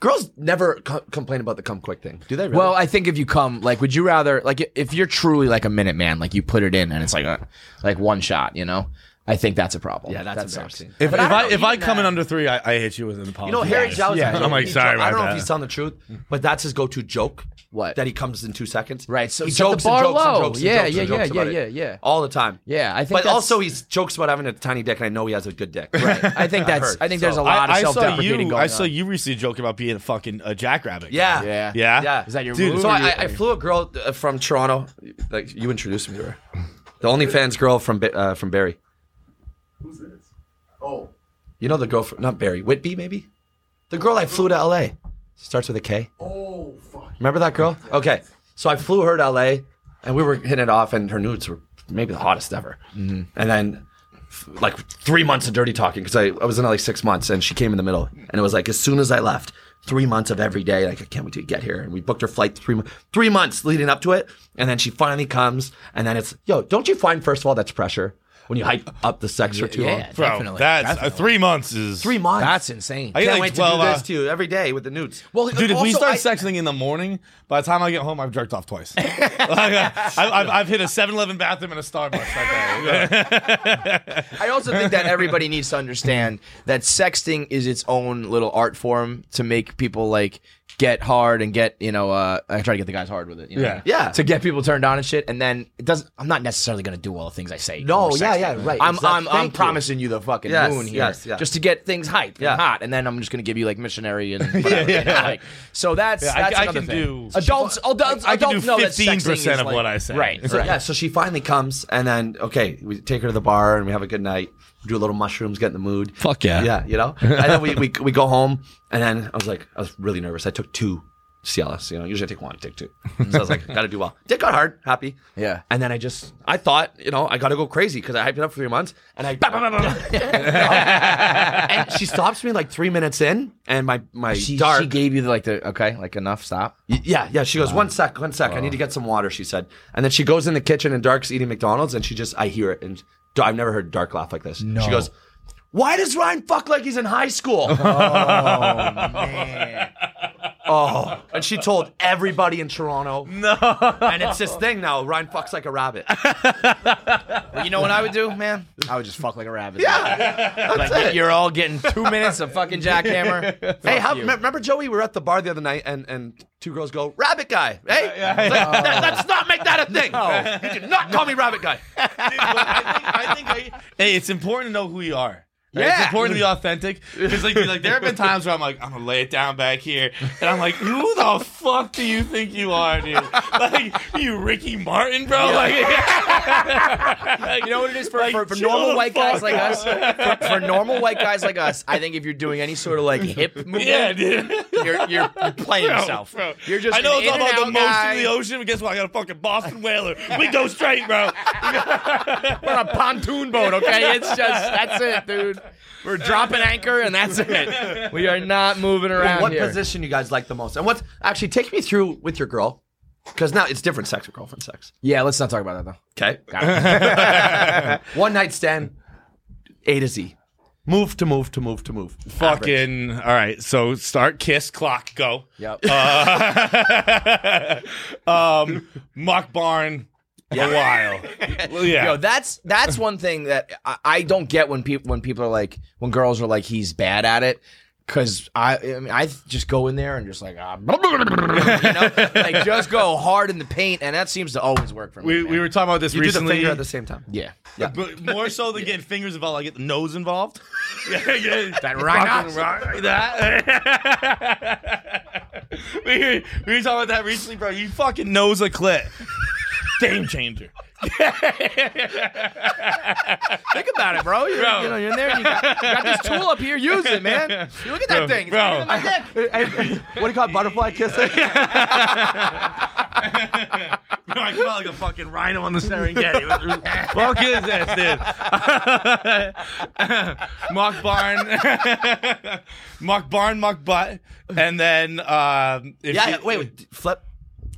[SPEAKER 2] Girls never co- complain about the come quick thing, do they? Really?
[SPEAKER 1] Well, I think if you come, like, would you rather, like, if you're truly like a minute man, like you put it in and it's like, uh, like one shot, you know? I think that's a problem.
[SPEAKER 2] Yeah, that's
[SPEAKER 1] That sucks.
[SPEAKER 2] embarrassing.
[SPEAKER 4] If, if
[SPEAKER 2] I don't
[SPEAKER 4] I,
[SPEAKER 2] know,
[SPEAKER 4] if I
[SPEAKER 2] even
[SPEAKER 4] come in
[SPEAKER 2] that-
[SPEAKER 4] under three, I, I hit you with an apology.
[SPEAKER 2] you know, Harry Giles.
[SPEAKER 1] yeah.
[SPEAKER 4] I'm like,
[SPEAKER 2] he
[SPEAKER 4] sorry
[SPEAKER 2] jo- I
[SPEAKER 4] about
[SPEAKER 2] don't know
[SPEAKER 4] that.
[SPEAKER 2] if he's telling the truth, but that's his go-to joke.
[SPEAKER 1] What?
[SPEAKER 2] That he comes in two seconds.
[SPEAKER 1] Right, so
[SPEAKER 2] he
[SPEAKER 1] set the
[SPEAKER 2] jokes
[SPEAKER 1] bar
[SPEAKER 2] and jokes
[SPEAKER 1] low.
[SPEAKER 2] and jokes
[SPEAKER 1] Yeah,
[SPEAKER 2] and jokes
[SPEAKER 1] yeah,
[SPEAKER 2] and
[SPEAKER 1] yeah,
[SPEAKER 2] jokes about
[SPEAKER 1] yeah,
[SPEAKER 2] it.
[SPEAKER 1] yeah, yeah.
[SPEAKER 2] all the time.
[SPEAKER 1] Yeah, I think
[SPEAKER 2] But
[SPEAKER 1] that's-
[SPEAKER 2] also, he jokes about having a tiny dick, and I know he has a good dick. Right.
[SPEAKER 1] I think that's,
[SPEAKER 2] heard,
[SPEAKER 1] I think
[SPEAKER 2] so.
[SPEAKER 1] there's a
[SPEAKER 2] I-
[SPEAKER 1] lot
[SPEAKER 4] I, I
[SPEAKER 1] of self
[SPEAKER 4] saw
[SPEAKER 1] deprecating
[SPEAKER 4] you.
[SPEAKER 1] going
[SPEAKER 4] I saw
[SPEAKER 1] on.
[SPEAKER 4] you recently joke about being a fucking a jackrabbit.
[SPEAKER 2] Yeah.
[SPEAKER 1] Yeah.
[SPEAKER 4] Yeah.
[SPEAKER 2] Yeah.
[SPEAKER 1] Is that your
[SPEAKER 4] Dude,
[SPEAKER 1] move?
[SPEAKER 2] So
[SPEAKER 1] or
[SPEAKER 2] I,
[SPEAKER 1] you-
[SPEAKER 2] I- I flew a girl uh, from Toronto. Like you introduced me to her, the OnlyFans girl from Ba- uh, from Barry.
[SPEAKER 5] Who's this? Oh,
[SPEAKER 2] You know the girl from not Barry Whitby maybe, the girl I flew to L.A. Starts with a K.
[SPEAKER 5] oh, fuck.
[SPEAKER 2] Remember that girl? Okay. So I flew her to LA and we were hitting it off, and her nudes were maybe the hottest ever. And then, f- like, three months of dirty talking because I, I was in LA six months and she came in the middle. And it was like, as soon as I left, three months of every day, like, I can't wait to get here. And we booked her flight three, mo- three months leading up to it. And then she finally comes, and then it's, yo, don't you find, first of all, that's pressure when you hype up the sex for too
[SPEAKER 1] yeah,
[SPEAKER 2] long?
[SPEAKER 4] Bro,
[SPEAKER 1] definitely.
[SPEAKER 4] that's uh,
[SPEAKER 1] Definitely.
[SPEAKER 4] three months is
[SPEAKER 2] Three months.
[SPEAKER 1] That's insane.
[SPEAKER 4] I get
[SPEAKER 2] can't
[SPEAKER 4] like
[SPEAKER 2] wait
[SPEAKER 4] 12
[SPEAKER 2] to do
[SPEAKER 4] hours.
[SPEAKER 2] this to you every day with the nudes.
[SPEAKER 1] well,
[SPEAKER 4] Dude, if we
[SPEAKER 1] also,
[SPEAKER 4] start
[SPEAKER 1] I-
[SPEAKER 4] sexting in the morning, by the time I get home, I've jerked
[SPEAKER 2] <laughs>
[SPEAKER 4] off twice. <laughs> Like, I, I've, I've hit a 7-Eleven bathroom and a Starbucks
[SPEAKER 2] <laughs>
[SPEAKER 4] that day.
[SPEAKER 1] I also think that everybody needs to understand that sexting is its own little art form to make people like get hard and get you know uh, I try to get the guys hard with it. You know?
[SPEAKER 4] Yeah.
[SPEAKER 2] Yeah.
[SPEAKER 1] To get people turned on and shit, and then it doesn't. I'm not necessarily going to do all the things I say.
[SPEAKER 2] No,
[SPEAKER 1] when we're
[SPEAKER 2] yeah,
[SPEAKER 1] sexting.
[SPEAKER 2] yeah, right,
[SPEAKER 1] I'm
[SPEAKER 2] exactly.
[SPEAKER 1] I'm, I'm
[SPEAKER 2] Thank you.
[SPEAKER 1] promising you the fucking
[SPEAKER 2] Yes,
[SPEAKER 1] moon here,
[SPEAKER 2] yes, yeah.
[SPEAKER 1] just to get things hype,
[SPEAKER 2] Yeah.
[SPEAKER 1] and hot, and then I'm just going to give you like missionary <laughs> and whatever, you know, like- so that's
[SPEAKER 4] Yeah, I-
[SPEAKER 1] that's
[SPEAKER 4] I
[SPEAKER 1] another
[SPEAKER 4] can
[SPEAKER 1] thing.
[SPEAKER 4] do-
[SPEAKER 1] adults. Adults.
[SPEAKER 4] I can
[SPEAKER 1] adults
[SPEAKER 4] do
[SPEAKER 1] know that sexting
[SPEAKER 4] 15%
[SPEAKER 1] is,
[SPEAKER 4] of
[SPEAKER 1] like-
[SPEAKER 4] what I say.
[SPEAKER 1] Right.
[SPEAKER 2] So
[SPEAKER 1] right.
[SPEAKER 2] yeah, so she finally comes, and then okay, we take her to the bar and we have a good night. We do a little mushrooms, get in the mood.
[SPEAKER 4] Fuck yeah.
[SPEAKER 2] yeah, you know. And then we, we we go home, and then I was like, I was really nervous. I took two Cialis. You know, usually I take one, I take two. So I was like, <laughs> gotta do well. Dick got hard, happy.
[SPEAKER 1] Yeah.
[SPEAKER 2] And then I just, I thought, you know, I gotta go crazy because I hyped it up for three months, and I. <laughs> and she stops me like three minutes in, and my my
[SPEAKER 1] She,
[SPEAKER 2] dart.
[SPEAKER 1] she gave you the, like the okay, like enough. Stop.
[SPEAKER 2] Yeah, yeah. She goes, one sec, one sec. I need to get some water, she said. And then she goes in the kitchen and Dark's eating McDonald's and she just, I hear it. And I've never heard Dark laugh like this. She goes, why does Ryan fuck like he's in high school? <laughs> Oh, Oh. And she told everybody in Toronto. No. And it's this thing now. Ryan fucks like a rabbit.
[SPEAKER 1] You know what I would do, man? I would just fuck like a rabbit. <laughs>
[SPEAKER 2] Yeah.
[SPEAKER 1] Like, You're all getting two minutes of fucking jackhammer.
[SPEAKER 2] <laughs>
[SPEAKER 1] Fuck
[SPEAKER 2] hey, how,
[SPEAKER 1] you.
[SPEAKER 2] me- remember Joey? We were at the bar the other night and, and two girls go, rabbit guy. Hey, It's like, "That- let's not make
[SPEAKER 1] <laughs>
[SPEAKER 2] that a thing. You did not call me rabbit guy.
[SPEAKER 4] I think, I think I, hey, it's important to know who you are. right?
[SPEAKER 2] Yeah.
[SPEAKER 4] It's important to be authentic because, like, like, there have been times where I'm like, I'm gonna lay it down back here, and I'm like, who the fuck do you think you are, dude? Like, you Ricky Martin, bro? Like,
[SPEAKER 1] <laughs> You know what it is for,
[SPEAKER 4] Like,
[SPEAKER 1] for, for
[SPEAKER 4] chill
[SPEAKER 1] normal
[SPEAKER 4] the
[SPEAKER 1] white guys
[SPEAKER 4] fuck
[SPEAKER 1] like us. For, for normal white guys like us, I think if you're doing any sort of like hip <laughs> movement,
[SPEAKER 4] yeah, dude.
[SPEAKER 1] you're, you're you're playing
[SPEAKER 4] Bro,
[SPEAKER 1] yourself.
[SPEAKER 4] bro.
[SPEAKER 1] You're just
[SPEAKER 4] I know
[SPEAKER 1] an
[SPEAKER 4] it's all
[SPEAKER 1] in and
[SPEAKER 4] about the
[SPEAKER 1] out
[SPEAKER 4] motion
[SPEAKER 1] guy.
[SPEAKER 4] of the ocean, but guess what? I got a fucking Boston whaler. We go straight,
[SPEAKER 1] <laughs>
[SPEAKER 4] bro.
[SPEAKER 1] We're on a pontoon boat, okay? It's just that's it, dude. We're dropping anchor and that's it. We are not moving around
[SPEAKER 2] what
[SPEAKER 1] here.
[SPEAKER 2] position you guys like the most? And what's actually take me through with your girl, because now it's different sex with girlfriend sex.
[SPEAKER 1] Yeah, let's not talk about that though.
[SPEAKER 2] Okay, one night stand, A to Z, move to move to move to move.
[SPEAKER 4] Fucking all right. So start kiss clock go.
[SPEAKER 1] <laughs> Yep.
[SPEAKER 4] Uh, <laughs> um, mock barn a while. Well, yeah.
[SPEAKER 1] Yo, that's that's one thing that I, I don't get when people when people are like when girls are like he's bad at it. Cause I, I mean, I just go in there and just like, ah, <laughs> you know, like just
[SPEAKER 2] <laughs>
[SPEAKER 1] go hard in the paint, and that seems to always work for me.
[SPEAKER 4] We,
[SPEAKER 1] man.
[SPEAKER 4] we were talking about this
[SPEAKER 2] You do the
[SPEAKER 4] recently.
[SPEAKER 2] finger at the same time.
[SPEAKER 1] yeah,
[SPEAKER 4] but more so than getting fingers involved, like get the nose
[SPEAKER 1] <laughs>
[SPEAKER 4] involved. yeah, yeah. That
[SPEAKER 1] rhinoceros.
[SPEAKER 4] That. <laughs> we, were, we were talking about that recently, bro. You fucking nose a clit. Game changer.
[SPEAKER 1] think about it, bro. You're,
[SPEAKER 4] Bro.
[SPEAKER 1] You know, Oh, you're in there. And you got, got this tool up here. Use it, man. You look at that thing, it's bigger
[SPEAKER 4] bro.
[SPEAKER 1] than my dick.
[SPEAKER 2] what do you call it, butterfly kissing?
[SPEAKER 4] Bro, <laughs> I felt like a fucking rhino on
[SPEAKER 2] <laughs>
[SPEAKER 4] the Serengeti. Fuck is this, dude? <laughs> Mock barn, mock barn, mock butt, and then um, if
[SPEAKER 2] Yeah,
[SPEAKER 4] you-
[SPEAKER 2] yeah. Wait, Oh. wait. Flip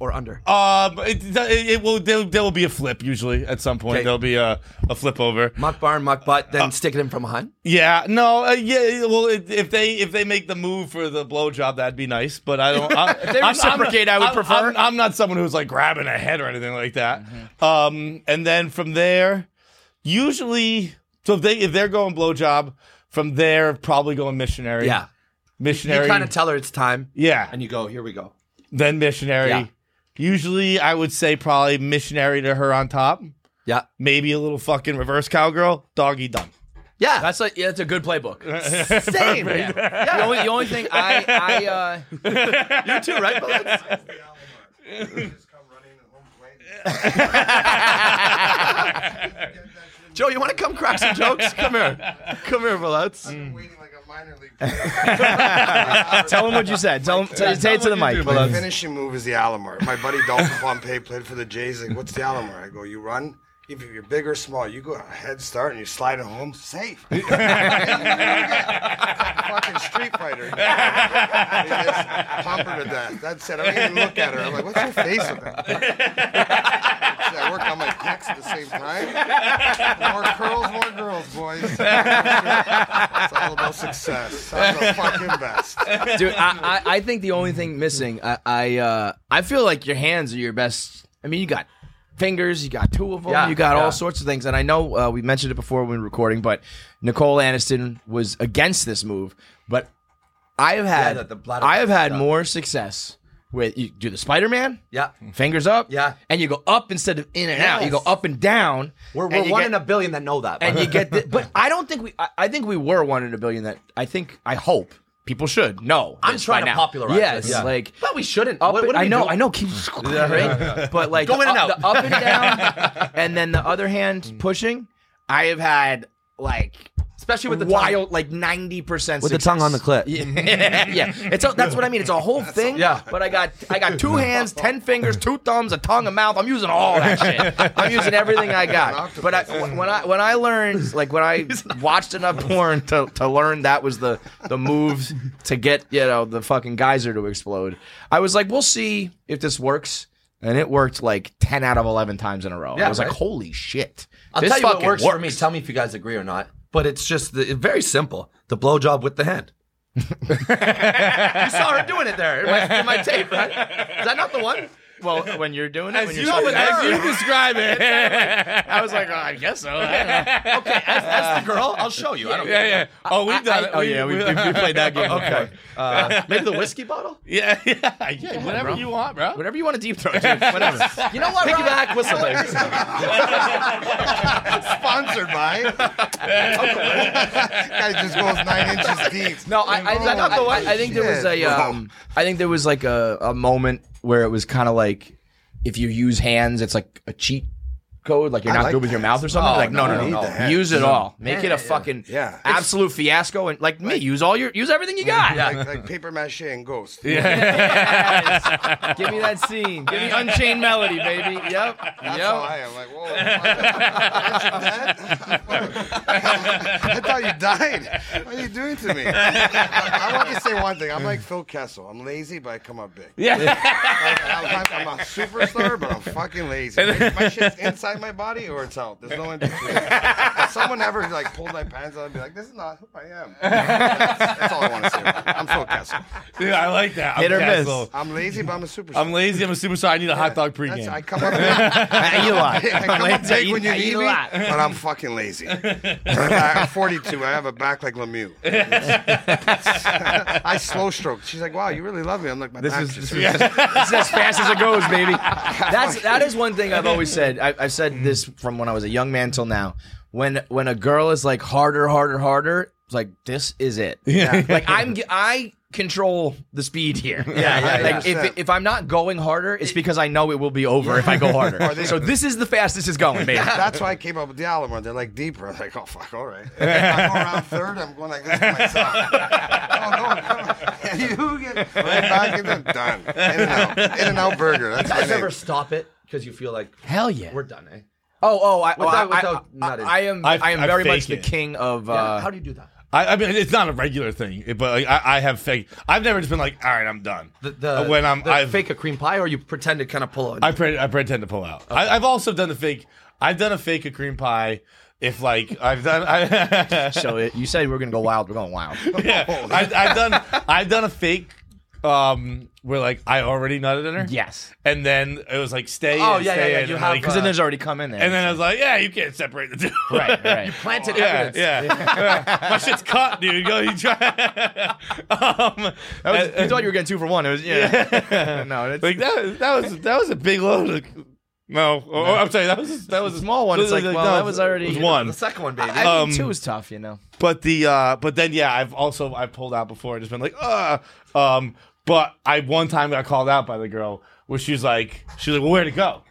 [SPEAKER 2] or under?
[SPEAKER 4] Um, it, it, it will. There, there will be a flip usually at some point.
[SPEAKER 2] Okay.
[SPEAKER 4] There'll be a, a flip over.
[SPEAKER 2] Muck barn, muck butt, then stick it in from behind.
[SPEAKER 4] Yeah. No. Uh, yeah. Well, it, if they if they make the move for the blowjob, that'd be nice. But I don't. I, if
[SPEAKER 1] they reciprocate, I would prefer.
[SPEAKER 4] I'm, I'm not someone who's like grabbing a head or anything like that. Um, and then from there, usually, so if they if they're going blowjob, from there probably going missionary.
[SPEAKER 2] Yeah.
[SPEAKER 4] Missionary.
[SPEAKER 2] You kind of tell her it's time,
[SPEAKER 4] yeah.
[SPEAKER 2] and you go, here we go.
[SPEAKER 4] then missionary.
[SPEAKER 2] Yeah.
[SPEAKER 4] Usually, I would say probably missionary to her on top.
[SPEAKER 2] Yeah.
[SPEAKER 4] maybe a little fucking reverse cowgirl, doggy done.
[SPEAKER 2] Yeah.
[SPEAKER 1] That's a yeah, that's a good
[SPEAKER 2] <laughs>
[SPEAKER 1] playbook.
[SPEAKER 2] same.
[SPEAKER 1] The only, the only thing I, I
[SPEAKER 2] <laughs>
[SPEAKER 1] uh,
[SPEAKER 2] You too, right? Bullets? Joe, you want to come crack some jokes? Come here. Come here, Bullets.
[SPEAKER 6] waiting like a minor
[SPEAKER 1] <laughs>
[SPEAKER 6] league.
[SPEAKER 1] tell him what you said. Tell him, tell,
[SPEAKER 2] uh,
[SPEAKER 1] say it to the mic.
[SPEAKER 6] My finishing move is the Alomar. My buddy Dalton Pompey played for the Jays. Like, what's the Alomar? I go, you run. If you're big or small, you go a head start and you slide it home safe. <laughs> It's like a fucking Street Fighter. They just pump her to death. That's it. I don't even look at her. I'm like, what's your face about? <laughs> I work on my pecs at the same time. More curls, more girls, boys. <laughs> It's all about success. I'm the fucking best.
[SPEAKER 1] dude. I, I, I think the only thing missing, I, I, uh, I feel like your hands are your best. I mean, you got fingers, you got two of them,
[SPEAKER 2] Yeah,
[SPEAKER 1] you got
[SPEAKER 2] yeah.
[SPEAKER 1] all sorts of things. And I know uh, we mentioned it before when we were recording, but Nicole Aniston was against this move. But I have had,
[SPEAKER 2] the- the bladder
[SPEAKER 1] I have had
[SPEAKER 2] stuff.
[SPEAKER 1] more success with you do the Spider Man.
[SPEAKER 2] Yeah.
[SPEAKER 1] Fingers up,
[SPEAKER 2] Yeah.
[SPEAKER 1] and you go up instead of in and out. You
[SPEAKER 2] Yes.
[SPEAKER 1] go up and down.
[SPEAKER 2] We're,
[SPEAKER 1] and
[SPEAKER 2] we're
[SPEAKER 1] you
[SPEAKER 2] one
[SPEAKER 1] get-
[SPEAKER 2] in a billion that know that. by
[SPEAKER 1] and
[SPEAKER 2] the
[SPEAKER 1] you
[SPEAKER 2] way.
[SPEAKER 1] get
[SPEAKER 2] <laughs>
[SPEAKER 1] the, but i don't think we I, I think we were one in a billion that i think i hope people should know
[SPEAKER 2] I'm
[SPEAKER 1] this
[SPEAKER 2] trying
[SPEAKER 1] by
[SPEAKER 2] to
[SPEAKER 1] now.
[SPEAKER 2] popularize
[SPEAKER 1] yes
[SPEAKER 2] this. Yeah.
[SPEAKER 1] like
[SPEAKER 2] but we shouldn't.
[SPEAKER 1] up
[SPEAKER 2] What-
[SPEAKER 1] and-
[SPEAKER 2] what do
[SPEAKER 1] i
[SPEAKER 2] we
[SPEAKER 1] know
[SPEAKER 2] do?
[SPEAKER 1] i know
[SPEAKER 2] <laughs>
[SPEAKER 1] keep right? but like
[SPEAKER 2] Go
[SPEAKER 1] the
[SPEAKER 2] in and
[SPEAKER 1] up-
[SPEAKER 2] out. Mm.
[SPEAKER 1] the
[SPEAKER 2] <laughs>
[SPEAKER 1] up and down and then the other hand pushing i have had like
[SPEAKER 2] Especially with the tongue.
[SPEAKER 1] wild like 90%
[SPEAKER 2] With the tongue on the clit.
[SPEAKER 1] yeah, <laughs> yeah. It's a, that's what i mean it's a whole thing
[SPEAKER 2] Yeah.
[SPEAKER 1] but i got i got
[SPEAKER 2] <laughs>
[SPEAKER 1] two hands 10 fingers two thumbs a tongue a mouth i'm using all that
[SPEAKER 2] <laughs>
[SPEAKER 1] shit i'm using everything i got but I, when i when i learned like when
[SPEAKER 2] <laughs>
[SPEAKER 1] i watched enough porn to, to learn that was the the move to get you know the fucking geyser to explode i was like we'll see if this works and it worked like 10 out of 11 times in a row
[SPEAKER 2] Yeah,
[SPEAKER 1] i was
[SPEAKER 2] right.
[SPEAKER 1] like holy shit
[SPEAKER 2] I'll
[SPEAKER 1] this
[SPEAKER 2] tell you what
[SPEAKER 1] fucking
[SPEAKER 2] works, for me. Tell me if you guys agree or not. But it's just the, it's very simple. The blowjob with the hand. <laughs> you saw her doing it there in my, <laughs> in my
[SPEAKER 1] <laughs>
[SPEAKER 2] tape, right? Is that not the one?
[SPEAKER 1] well when you're doing it when
[SPEAKER 4] As
[SPEAKER 1] you're
[SPEAKER 4] you,
[SPEAKER 1] sucking dick.
[SPEAKER 4] as you describe it, <laughs>
[SPEAKER 1] I was like, oh, I guess so. I don't know.
[SPEAKER 2] Okay, as, as the girl, I'll show you. I don't
[SPEAKER 4] yeah,
[SPEAKER 2] care.
[SPEAKER 4] yeah. Oh, we've done it.
[SPEAKER 1] oh, yeah,
[SPEAKER 4] <laughs>
[SPEAKER 1] we- we- we played that <laughs> game
[SPEAKER 4] Okay,
[SPEAKER 2] Uh, maybe the whiskey <laughs> bottle.
[SPEAKER 4] yeah, <laughs> yeah, yeah. Whatever you want, bro.
[SPEAKER 1] Whatever you want to deep throat, dude. Whatever. <laughs>
[SPEAKER 2] You know what? Piggyback whistle.
[SPEAKER 6] sponsored by. guy just goes nine inches deep. Oh,
[SPEAKER 1] No, I, I, think- I, I think there was a,
[SPEAKER 6] Shit, bro.
[SPEAKER 1] um, I think there was like a, a moment where it was kind of like, if you use hands, it's like a cheat code, like you're
[SPEAKER 6] I
[SPEAKER 1] not
[SPEAKER 6] like
[SPEAKER 1] good with your
[SPEAKER 6] that.
[SPEAKER 1] mouth or something.
[SPEAKER 2] Oh,
[SPEAKER 1] like no,
[SPEAKER 2] no,
[SPEAKER 1] no,
[SPEAKER 2] you
[SPEAKER 1] no,
[SPEAKER 6] need
[SPEAKER 1] no.
[SPEAKER 6] that.
[SPEAKER 1] use it all. Make it
[SPEAKER 2] Yeah,
[SPEAKER 1] a fucking
[SPEAKER 6] yeah.
[SPEAKER 1] absolute fiasco, and like me, use all your, use everything you got.
[SPEAKER 6] Like, like paper mache and ghost. Yeah.
[SPEAKER 1] Give me that scene. Give me Unchained Melody, baby. Yep.
[SPEAKER 6] That's how
[SPEAKER 1] yep.
[SPEAKER 6] I am. Like, whoa. what? I thought you died. What are you doing to me? I, I want to say one thing. I'm like Phil Kessel. I'm lazy, but I come up big. Yeah. I'm, I'm a superstar, but I'm fucking lazy. Like, my shit's inside my body or it's out. There's no in between. If someone ever like pulled my pants out, I'd be like, this is not who I am. That's, that's all I want to say. I'm Phil Kessel.
[SPEAKER 4] Dude, I like that. I'm
[SPEAKER 1] Hit or miss.
[SPEAKER 4] Castle.
[SPEAKER 6] I'm lazy, but I'm a superstar.
[SPEAKER 4] I'm lazy. I'm a superstar. I need a hot dog
[SPEAKER 6] That's, I
[SPEAKER 4] pregame.
[SPEAKER 6] come up big,
[SPEAKER 1] I eat a <laughs>
[SPEAKER 2] <laughs>
[SPEAKER 1] lot.
[SPEAKER 6] I come up
[SPEAKER 1] Lance, I
[SPEAKER 6] big when
[SPEAKER 1] eat-
[SPEAKER 6] you
[SPEAKER 1] I eat
[SPEAKER 6] need
[SPEAKER 1] a
[SPEAKER 6] me,
[SPEAKER 1] lot.
[SPEAKER 6] but I'm
[SPEAKER 1] <laughs>
[SPEAKER 6] fucking lazy. I'm 42. I have a back like Lemieux. I slow stroke. She's like, "Wow, you really love me." I'm like, "My
[SPEAKER 1] This
[SPEAKER 6] back
[SPEAKER 1] is,
[SPEAKER 6] just
[SPEAKER 1] this, is, this is as fast as it goes, baby. <laughs> That's that is one thing I've always said. I, I've said this from when I was a young man till now. When when a girl is like harder, harder, harder, it's like this is it. Yeah. like I'm g- I control the speed here.
[SPEAKER 6] yeah,
[SPEAKER 1] like
[SPEAKER 6] yeah.
[SPEAKER 1] if if I'm not going harder, it's because I know it will be over if I go harder.
[SPEAKER 6] they-
[SPEAKER 1] so this is the fastest it's going, baby.
[SPEAKER 6] That's why I came up with the Alamo. They're like deeper. I'm like, oh fuck, all
[SPEAKER 1] <laughs>
[SPEAKER 6] right. If I go around third, I'm going like this to myself. oh no, come on. <laughs> you get right back and then done. In and out, in and out burger. That's my
[SPEAKER 2] guys
[SPEAKER 6] name.
[SPEAKER 2] ever stop it because you feel like <laughs>
[SPEAKER 1] Hell yeah.
[SPEAKER 2] we're done, eh?
[SPEAKER 1] Oh oh, I, oh, I,
[SPEAKER 2] Without- without
[SPEAKER 1] I,
[SPEAKER 2] nutting.
[SPEAKER 1] I am
[SPEAKER 4] I-
[SPEAKER 1] I am
[SPEAKER 4] I
[SPEAKER 1] very
[SPEAKER 4] fake
[SPEAKER 1] much the
[SPEAKER 4] it.
[SPEAKER 1] king of.
[SPEAKER 2] Yeah,
[SPEAKER 1] Uh,
[SPEAKER 2] How do you do that?
[SPEAKER 4] I, I mean, it's not a regular thing, it- but like, I, I have fake. I've never just been like, all right, I'm done. Uh,
[SPEAKER 2] The, the
[SPEAKER 1] uh,
[SPEAKER 4] when I'm,
[SPEAKER 2] the
[SPEAKER 4] I've,
[SPEAKER 2] fake a cream pie, or you pretend to kind of pull it.
[SPEAKER 4] I, pre- I pretend to pull out. I, I've also done the fake. I've done a fake a cream pie. If like I've done, I, <laughs>
[SPEAKER 1] so it, you said we're gonna go wild. We're going wild.
[SPEAKER 4] yeah, I, I've done, I've done a fake. Um, where like I already nutted in her.
[SPEAKER 1] Yes.
[SPEAKER 4] and then it was like stay.
[SPEAKER 2] Oh,
[SPEAKER 4] in,
[SPEAKER 2] yeah, yeah,
[SPEAKER 4] stay
[SPEAKER 2] yeah,
[SPEAKER 4] in,
[SPEAKER 2] you
[SPEAKER 4] and,
[SPEAKER 2] have,
[SPEAKER 4] like,
[SPEAKER 1] Because then there's already come in there.
[SPEAKER 4] and then I was like, yeah, you can't separate the two.
[SPEAKER 1] right,
[SPEAKER 4] <laughs>
[SPEAKER 1] right.
[SPEAKER 2] <laughs> planted
[SPEAKER 4] Yeah,
[SPEAKER 2] evidence.
[SPEAKER 4] yeah. <laughs> My shit's cut, dude. Go, you try. <laughs> um,
[SPEAKER 1] That was,
[SPEAKER 4] uh,
[SPEAKER 1] you thought you were getting two for one. It was
[SPEAKER 4] <laughs>
[SPEAKER 1] yeah. <laughs> no, it's,
[SPEAKER 4] like that. That was that was a big load. Of, no, or- or, I'm sorry. That was that was a
[SPEAKER 1] Small one. It's like, well, that was already-
[SPEAKER 4] it was one.
[SPEAKER 2] The second one, baby.
[SPEAKER 1] I mean,
[SPEAKER 4] um,
[SPEAKER 1] two is tough, you know.
[SPEAKER 4] But the uh, but then yeah, I've also I've pulled out before. and Just been like, uh um. But I one time got called out by the girl where she's like, she's like, well, where'd it go?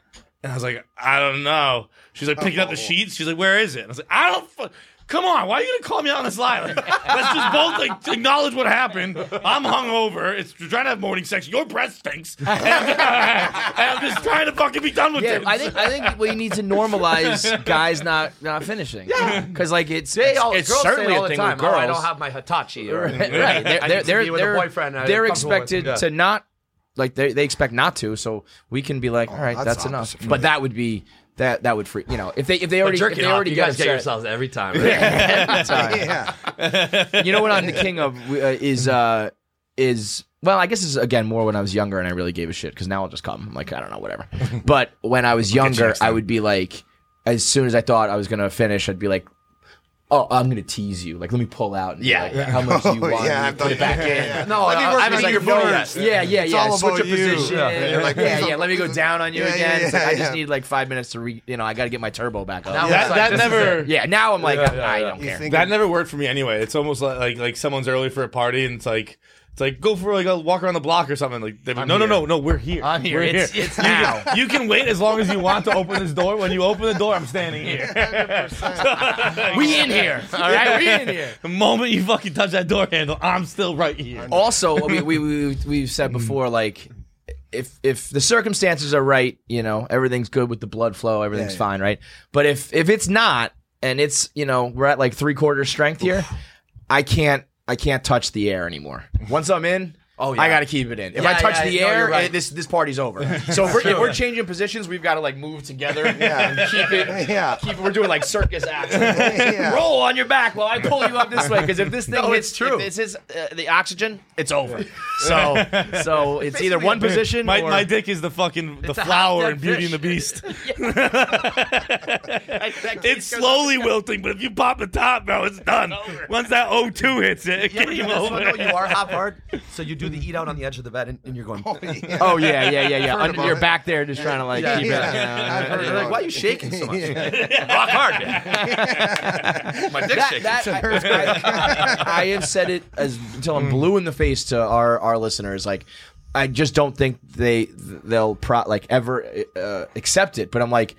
[SPEAKER 4] And I was like, I don't know. She's like picking up the sheets. She's like, where is it? And I was like, I don't. Fu- Come on, why are you gonna call me out on this lie? Like, let's just both like, acknowledge what happened. I'm hungover. It's we're trying to have morning sex. Your breath stinks, <laughs> and, I'm just trying to fucking be done with
[SPEAKER 1] Yeah,
[SPEAKER 4] it.
[SPEAKER 1] I think I think we need to normalize guys not not finishing. Yeah, because like it's
[SPEAKER 2] They all,
[SPEAKER 1] it's
[SPEAKER 2] Oh, girls say it
[SPEAKER 1] certainly
[SPEAKER 2] all
[SPEAKER 1] a
[SPEAKER 2] the
[SPEAKER 1] thing
[SPEAKER 2] time.
[SPEAKER 1] with
[SPEAKER 2] "Oh,
[SPEAKER 1] girls.
[SPEAKER 2] I don't have my Hitachi. Or,
[SPEAKER 1] <laughs> right. They're,
[SPEAKER 2] <laughs> I
[SPEAKER 1] they're,
[SPEAKER 2] need to
[SPEAKER 1] they're,
[SPEAKER 2] be with a
[SPEAKER 1] they're,
[SPEAKER 2] boyfriend. I'm
[SPEAKER 1] they're
[SPEAKER 2] comfortable with.
[SPEAKER 1] expected
[SPEAKER 2] Yeah.
[SPEAKER 1] to not like they they expect not to, so we can be like, all right,
[SPEAKER 6] that's
[SPEAKER 1] that's, enough.
[SPEAKER 6] opposite for
[SPEAKER 1] But that would be that that would freak you know if they if they already if
[SPEAKER 2] jerking
[SPEAKER 1] they
[SPEAKER 2] off,
[SPEAKER 1] already
[SPEAKER 2] you
[SPEAKER 1] get
[SPEAKER 2] guys get
[SPEAKER 1] upset.
[SPEAKER 2] yourselves
[SPEAKER 1] <laughs>
[SPEAKER 2] every time. Right?
[SPEAKER 6] yeah.
[SPEAKER 1] you know what I'm the king of uh, is uh is well I guess is again more when I was younger and I really gave a shit because now I'll just come I'm like I don't know
[SPEAKER 6] <laughs>
[SPEAKER 1] whatever but when I was younger I would be like as soon as I thought I was gonna finish I'd be like oh I'm gonna tease you like let me pull out and yeah like, how much do you
[SPEAKER 6] Oh,
[SPEAKER 1] want
[SPEAKER 6] <laughs>
[SPEAKER 1] Oh,
[SPEAKER 6] yeah,
[SPEAKER 1] yeah,
[SPEAKER 6] I've done back in.
[SPEAKER 2] No,
[SPEAKER 6] Let me
[SPEAKER 2] no, I
[SPEAKER 6] work
[SPEAKER 2] haven't
[SPEAKER 6] on
[SPEAKER 2] eaten your
[SPEAKER 6] your
[SPEAKER 2] booty
[SPEAKER 6] nerves.
[SPEAKER 1] yeah yeah
[SPEAKER 6] It's
[SPEAKER 1] yeah
[SPEAKER 6] all
[SPEAKER 1] switch
[SPEAKER 6] about
[SPEAKER 1] a
[SPEAKER 6] you.
[SPEAKER 1] position
[SPEAKER 6] Yeah.
[SPEAKER 1] yeah
[SPEAKER 6] You're like,
[SPEAKER 1] yeah,
[SPEAKER 6] please
[SPEAKER 1] let me go
[SPEAKER 6] don't-
[SPEAKER 1] down on you
[SPEAKER 6] Yeah, yeah,
[SPEAKER 1] again It's like,
[SPEAKER 6] yeah,
[SPEAKER 1] I just
[SPEAKER 6] yeah.
[SPEAKER 1] need like five minutes to re you know I gotta get my turbo back up
[SPEAKER 2] Now
[SPEAKER 1] yeah.
[SPEAKER 2] it's
[SPEAKER 4] that
[SPEAKER 2] like,
[SPEAKER 4] that
[SPEAKER 2] this is
[SPEAKER 4] never.
[SPEAKER 2] it.
[SPEAKER 1] yeah now I'm like
[SPEAKER 2] Yeah,
[SPEAKER 1] I,
[SPEAKER 2] yeah,
[SPEAKER 1] I
[SPEAKER 2] yeah.
[SPEAKER 1] don't
[SPEAKER 6] You
[SPEAKER 1] care
[SPEAKER 6] think
[SPEAKER 4] That never worked for me anyway. It's almost like like, like someone's early for a party and it's like it's like go for like a walk around the block or something. Like they no no no no we're here.
[SPEAKER 1] I'm here
[SPEAKER 4] We're
[SPEAKER 1] it's,
[SPEAKER 4] here.
[SPEAKER 1] it's now
[SPEAKER 4] you can wait as long as you want to open this door. When you open the door, I'm standing here.
[SPEAKER 1] we in here all right we in here
[SPEAKER 4] <laughs> The moment you fucking touch that door handle, I'm still right here.
[SPEAKER 1] also we, we, we we've
[SPEAKER 2] Mm.
[SPEAKER 1] said before like if if the circumstances are right you know everything's good with the blood flow everything's fine right but if if it's not and it's you know we're at like three quarters strength here i can't i can't touch the air anymore once i'm in
[SPEAKER 2] Oh, yeah.
[SPEAKER 1] I got to keep it in. If
[SPEAKER 2] Yeah,
[SPEAKER 1] I touch
[SPEAKER 2] yeah,
[SPEAKER 1] the
[SPEAKER 2] no,
[SPEAKER 1] air,
[SPEAKER 2] you're right.
[SPEAKER 1] it- this this party's
[SPEAKER 2] <laughs>
[SPEAKER 1] over. So if we're, if we're changing positions, we've got to like move together and keep
[SPEAKER 2] <laughs>
[SPEAKER 1] it.
[SPEAKER 6] Yeah.
[SPEAKER 1] Keep it. We're doing like circus acts.
[SPEAKER 6] <laughs>
[SPEAKER 1] <laughs>
[SPEAKER 6] yeah. <laughs>
[SPEAKER 1] Roll on your back while I pull you up this way. Because if this
[SPEAKER 2] <laughs>
[SPEAKER 1] thing hits,
[SPEAKER 2] it's true.
[SPEAKER 1] if this is uh, the oxygen, it's over. So,
[SPEAKER 2] <laughs>
[SPEAKER 1] so it's either one position
[SPEAKER 4] My,
[SPEAKER 1] or
[SPEAKER 4] my dick is the fucking the
[SPEAKER 2] It's a
[SPEAKER 4] flower
[SPEAKER 2] half-dead
[SPEAKER 4] in Beauty and the Beast. <laughs> it's slowly wilting, but if you pop the top, bro, it's done. Once that O2 hits it, it
[SPEAKER 2] Yeah,
[SPEAKER 4] came
[SPEAKER 2] that's
[SPEAKER 4] over.
[SPEAKER 2] what- no, you <laughs> are half hard, so you do the eat out on the edge of the bed, and, and you're going.
[SPEAKER 1] Oh yeah, yeah, yeah, yeah.
[SPEAKER 6] Heard
[SPEAKER 1] Under
[SPEAKER 6] about
[SPEAKER 1] your
[SPEAKER 6] it.
[SPEAKER 1] back there, just trying to like
[SPEAKER 2] Yeah.
[SPEAKER 1] keep
[SPEAKER 6] Yeah. I've
[SPEAKER 1] it.
[SPEAKER 6] heard
[SPEAKER 2] They're like,
[SPEAKER 6] about
[SPEAKER 2] why are
[SPEAKER 6] it.
[SPEAKER 2] you shaking so
[SPEAKER 6] <laughs>
[SPEAKER 2] much?
[SPEAKER 4] rock hard. <laughs> My dick's
[SPEAKER 1] That, that I, I- I have said it as until I'm blue in the face to our our listeners. Like, I just don't think they they'll pro like ever uh, accept it. But I'm like,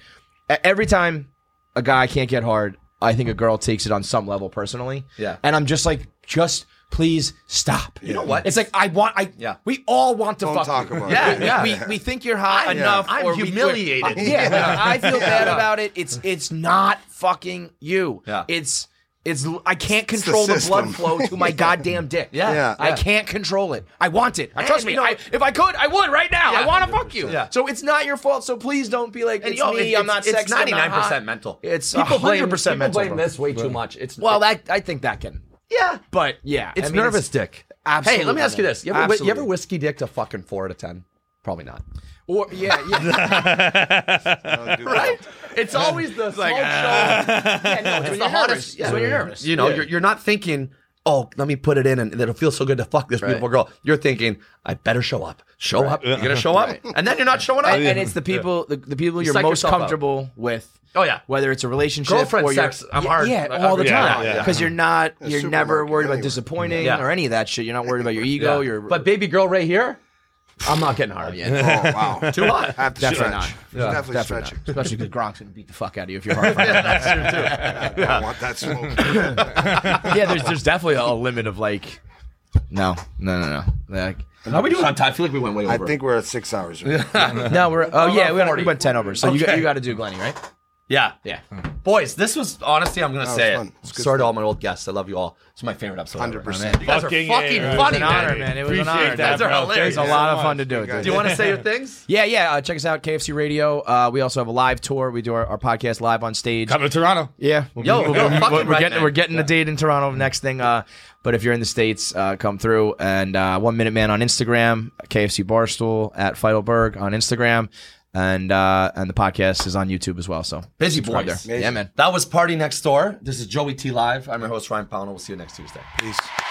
[SPEAKER 1] e- every time a guy can't get hard, I think a girl takes it on some level personally.
[SPEAKER 2] Yeah.
[SPEAKER 1] and I'm just like, just please stop. You
[SPEAKER 2] know what?
[SPEAKER 1] It's like I want. I
[SPEAKER 2] Yeah.
[SPEAKER 1] We all want to
[SPEAKER 6] Don't
[SPEAKER 1] fuck.
[SPEAKER 6] talk
[SPEAKER 1] you.
[SPEAKER 6] about
[SPEAKER 1] yeah,
[SPEAKER 6] it.
[SPEAKER 1] Yeah,
[SPEAKER 2] Yeah.
[SPEAKER 1] We, we think you're hot
[SPEAKER 2] I'm-
[SPEAKER 1] enough.
[SPEAKER 2] I'm
[SPEAKER 1] or we-
[SPEAKER 2] humiliated.
[SPEAKER 1] Uh, yeah,
[SPEAKER 2] <laughs> Yeah.
[SPEAKER 1] I feel bad
[SPEAKER 2] Yeah.
[SPEAKER 1] about it. It's it's not fucking you.
[SPEAKER 2] Yeah.
[SPEAKER 1] It's it's I can't
[SPEAKER 6] the
[SPEAKER 1] control the, blood
[SPEAKER 6] system.
[SPEAKER 1] flow to
[SPEAKER 2] <laughs>
[SPEAKER 1] my goddamn dick.
[SPEAKER 2] Yeah.
[SPEAKER 6] Yeah.
[SPEAKER 1] I
[SPEAKER 2] Yeah.
[SPEAKER 1] can't control it. I want it. I trust me.
[SPEAKER 2] you know-
[SPEAKER 1] I, if I could, I would right now. I
[SPEAKER 2] Yeah.
[SPEAKER 1] want to fuck you.
[SPEAKER 2] Yeah.
[SPEAKER 1] So it's not your fault. So please don't be like
[SPEAKER 2] And
[SPEAKER 1] it's
[SPEAKER 2] yo,
[SPEAKER 1] me.
[SPEAKER 2] it-
[SPEAKER 1] I'm not
[SPEAKER 2] it's-
[SPEAKER 1] sexy.
[SPEAKER 2] It's
[SPEAKER 1] I'm not
[SPEAKER 2] ninety nine
[SPEAKER 1] hot."
[SPEAKER 2] percent mental.
[SPEAKER 1] It's
[SPEAKER 2] people blame,
[SPEAKER 1] 100%
[SPEAKER 2] people
[SPEAKER 1] mental,
[SPEAKER 2] blame
[SPEAKER 1] bro.
[SPEAKER 2] this way too much. It's
[SPEAKER 1] Well, that I think that can.
[SPEAKER 2] yeah,
[SPEAKER 1] But yeah, I
[SPEAKER 2] it's
[SPEAKER 1] mean,
[SPEAKER 2] nervous dick.
[SPEAKER 1] Absolutely.
[SPEAKER 2] Hey, let me ask you this: you ever, you ever
[SPEAKER 1] Absolutely.
[SPEAKER 2] whiskey dick to fucking four out of ten? Probably not.
[SPEAKER 1] Or yeah,
[SPEAKER 2] <laughs>
[SPEAKER 1] yeah.
[SPEAKER 2] Right? It's uh, always the smoke show. Yeah, no, it's the hottest.
[SPEAKER 1] uh, It's when you're nervous.
[SPEAKER 2] You know,
[SPEAKER 1] Yeah.
[SPEAKER 2] you're, you're not thinking, oh, let me put it in and it'll feel so good to fuck this beautiful girl. You're thinking, I better show up. Show up. You're going to show up. And then you're not showing up.
[SPEAKER 1] and, and it's the people, the, the people
[SPEAKER 2] You
[SPEAKER 1] you are
[SPEAKER 2] psych
[SPEAKER 1] most
[SPEAKER 2] yourself out.
[SPEAKER 1] comfortable with.
[SPEAKER 2] Oh, yeah.
[SPEAKER 1] whether it's a relationship,
[SPEAKER 2] Girlfriend
[SPEAKER 1] or your-
[SPEAKER 2] sex, I'm
[SPEAKER 1] yeah,
[SPEAKER 2] hard.
[SPEAKER 1] Yeah,
[SPEAKER 2] I- I-
[SPEAKER 1] all the
[SPEAKER 4] yeah,
[SPEAKER 1] time.
[SPEAKER 4] yeah.
[SPEAKER 1] Because you're not, you're never
[SPEAKER 6] supermarket
[SPEAKER 1] worried
[SPEAKER 6] anyway.
[SPEAKER 1] about disappointing
[SPEAKER 2] Yeah.
[SPEAKER 1] or any of that shit. You're not worried about your
[SPEAKER 2] <laughs> Yeah.
[SPEAKER 1] ego. Your
[SPEAKER 2] but baby girl right here, I'm not getting
[SPEAKER 6] <laughs>
[SPEAKER 2] hard yet.
[SPEAKER 6] Oh, wow.
[SPEAKER 2] Too hot.
[SPEAKER 6] I have to
[SPEAKER 1] Definitely
[SPEAKER 6] stretch.
[SPEAKER 2] not. Yeah,
[SPEAKER 6] Definitely,
[SPEAKER 1] definitely
[SPEAKER 6] stretching.
[SPEAKER 1] not. especially because Gronk's gonna beat the fuck out of you if you're
[SPEAKER 2] <laughs>
[SPEAKER 1] hard.
[SPEAKER 6] I don't want that smoke.
[SPEAKER 1] yeah, there's there's definitely a limit of like, no, no, no, no. Like,
[SPEAKER 2] How are we doing on time? <laughs> I feel like we went way
[SPEAKER 6] I
[SPEAKER 2] over.
[SPEAKER 6] think we're at
[SPEAKER 2] <laughs>
[SPEAKER 6] six hours.
[SPEAKER 1] no, we're oh yeah, we, went-
[SPEAKER 2] 40.
[SPEAKER 1] we went ten over. So you
[SPEAKER 2] Okay.
[SPEAKER 1] got you got to do Glenny, right?
[SPEAKER 2] yeah.
[SPEAKER 1] Yeah.
[SPEAKER 2] Boys, this was honestly, I'm going to
[SPEAKER 6] was
[SPEAKER 2] say
[SPEAKER 6] fun.
[SPEAKER 2] it.
[SPEAKER 6] It was good
[SPEAKER 2] Sorry to all my old guests. I love you all. It's my favorite episode. ever.
[SPEAKER 6] 100%.
[SPEAKER 2] You guys are
[SPEAKER 4] Fucking
[SPEAKER 2] fucking
[SPEAKER 4] A, right?
[SPEAKER 2] funny,
[SPEAKER 4] It's an
[SPEAKER 2] man.
[SPEAKER 4] honor, man. It was an honor.
[SPEAKER 2] That's
[SPEAKER 4] That, bro.
[SPEAKER 1] It's
[SPEAKER 2] hilarious.
[SPEAKER 1] a lot of fun to do it.
[SPEAKER 6] guys.
[SPEAKER 1] dude.
[SPEAKER 2] Do you want to say
[SPEAKER 6] <laughs>
[SPEAKER 2] your things?
[SPEAKER 1] Yeah, yeah. Uh, check us out, KFC Radio. Uh, we also have a live tour. We do our, our podcast live on stage.
[SPEAKER 4] Coming to Toronto.
[SPEAKER 1] Yeah, we'll
[SPEAKER 2] Yo,
[SPEAKER 1] be- we'll
[SPEAKER 2] you're
[SPEAKER 1] be-
[SPEAKER 2] fucking
[SPEAKER 1] we're,
[SPEAKER 2] right,
[SPEAKER 1] getting
[SPEAKER 2] man.
[SPEAKER 1] we're getting the date in Toronto. Next thing, uh, but if you're in the states, uh, come through and uh, one minute man on Instagram, KFC Barstool at Feidelberg on Instagram, and uh, and the podcast is on YouTube as well. So
[SPEAKER 2] Busy
[SPEAKER 1] subscribe
[SPEAKER 2] boys.
[SPEAKER 1] there. yeah, man.
[SPEAKER 2] That was Party Next Door. This is Joey T Live. I'm your host, Ryan Powell. We'll see you next Tuesday.
[SPEAKER 6] Peace.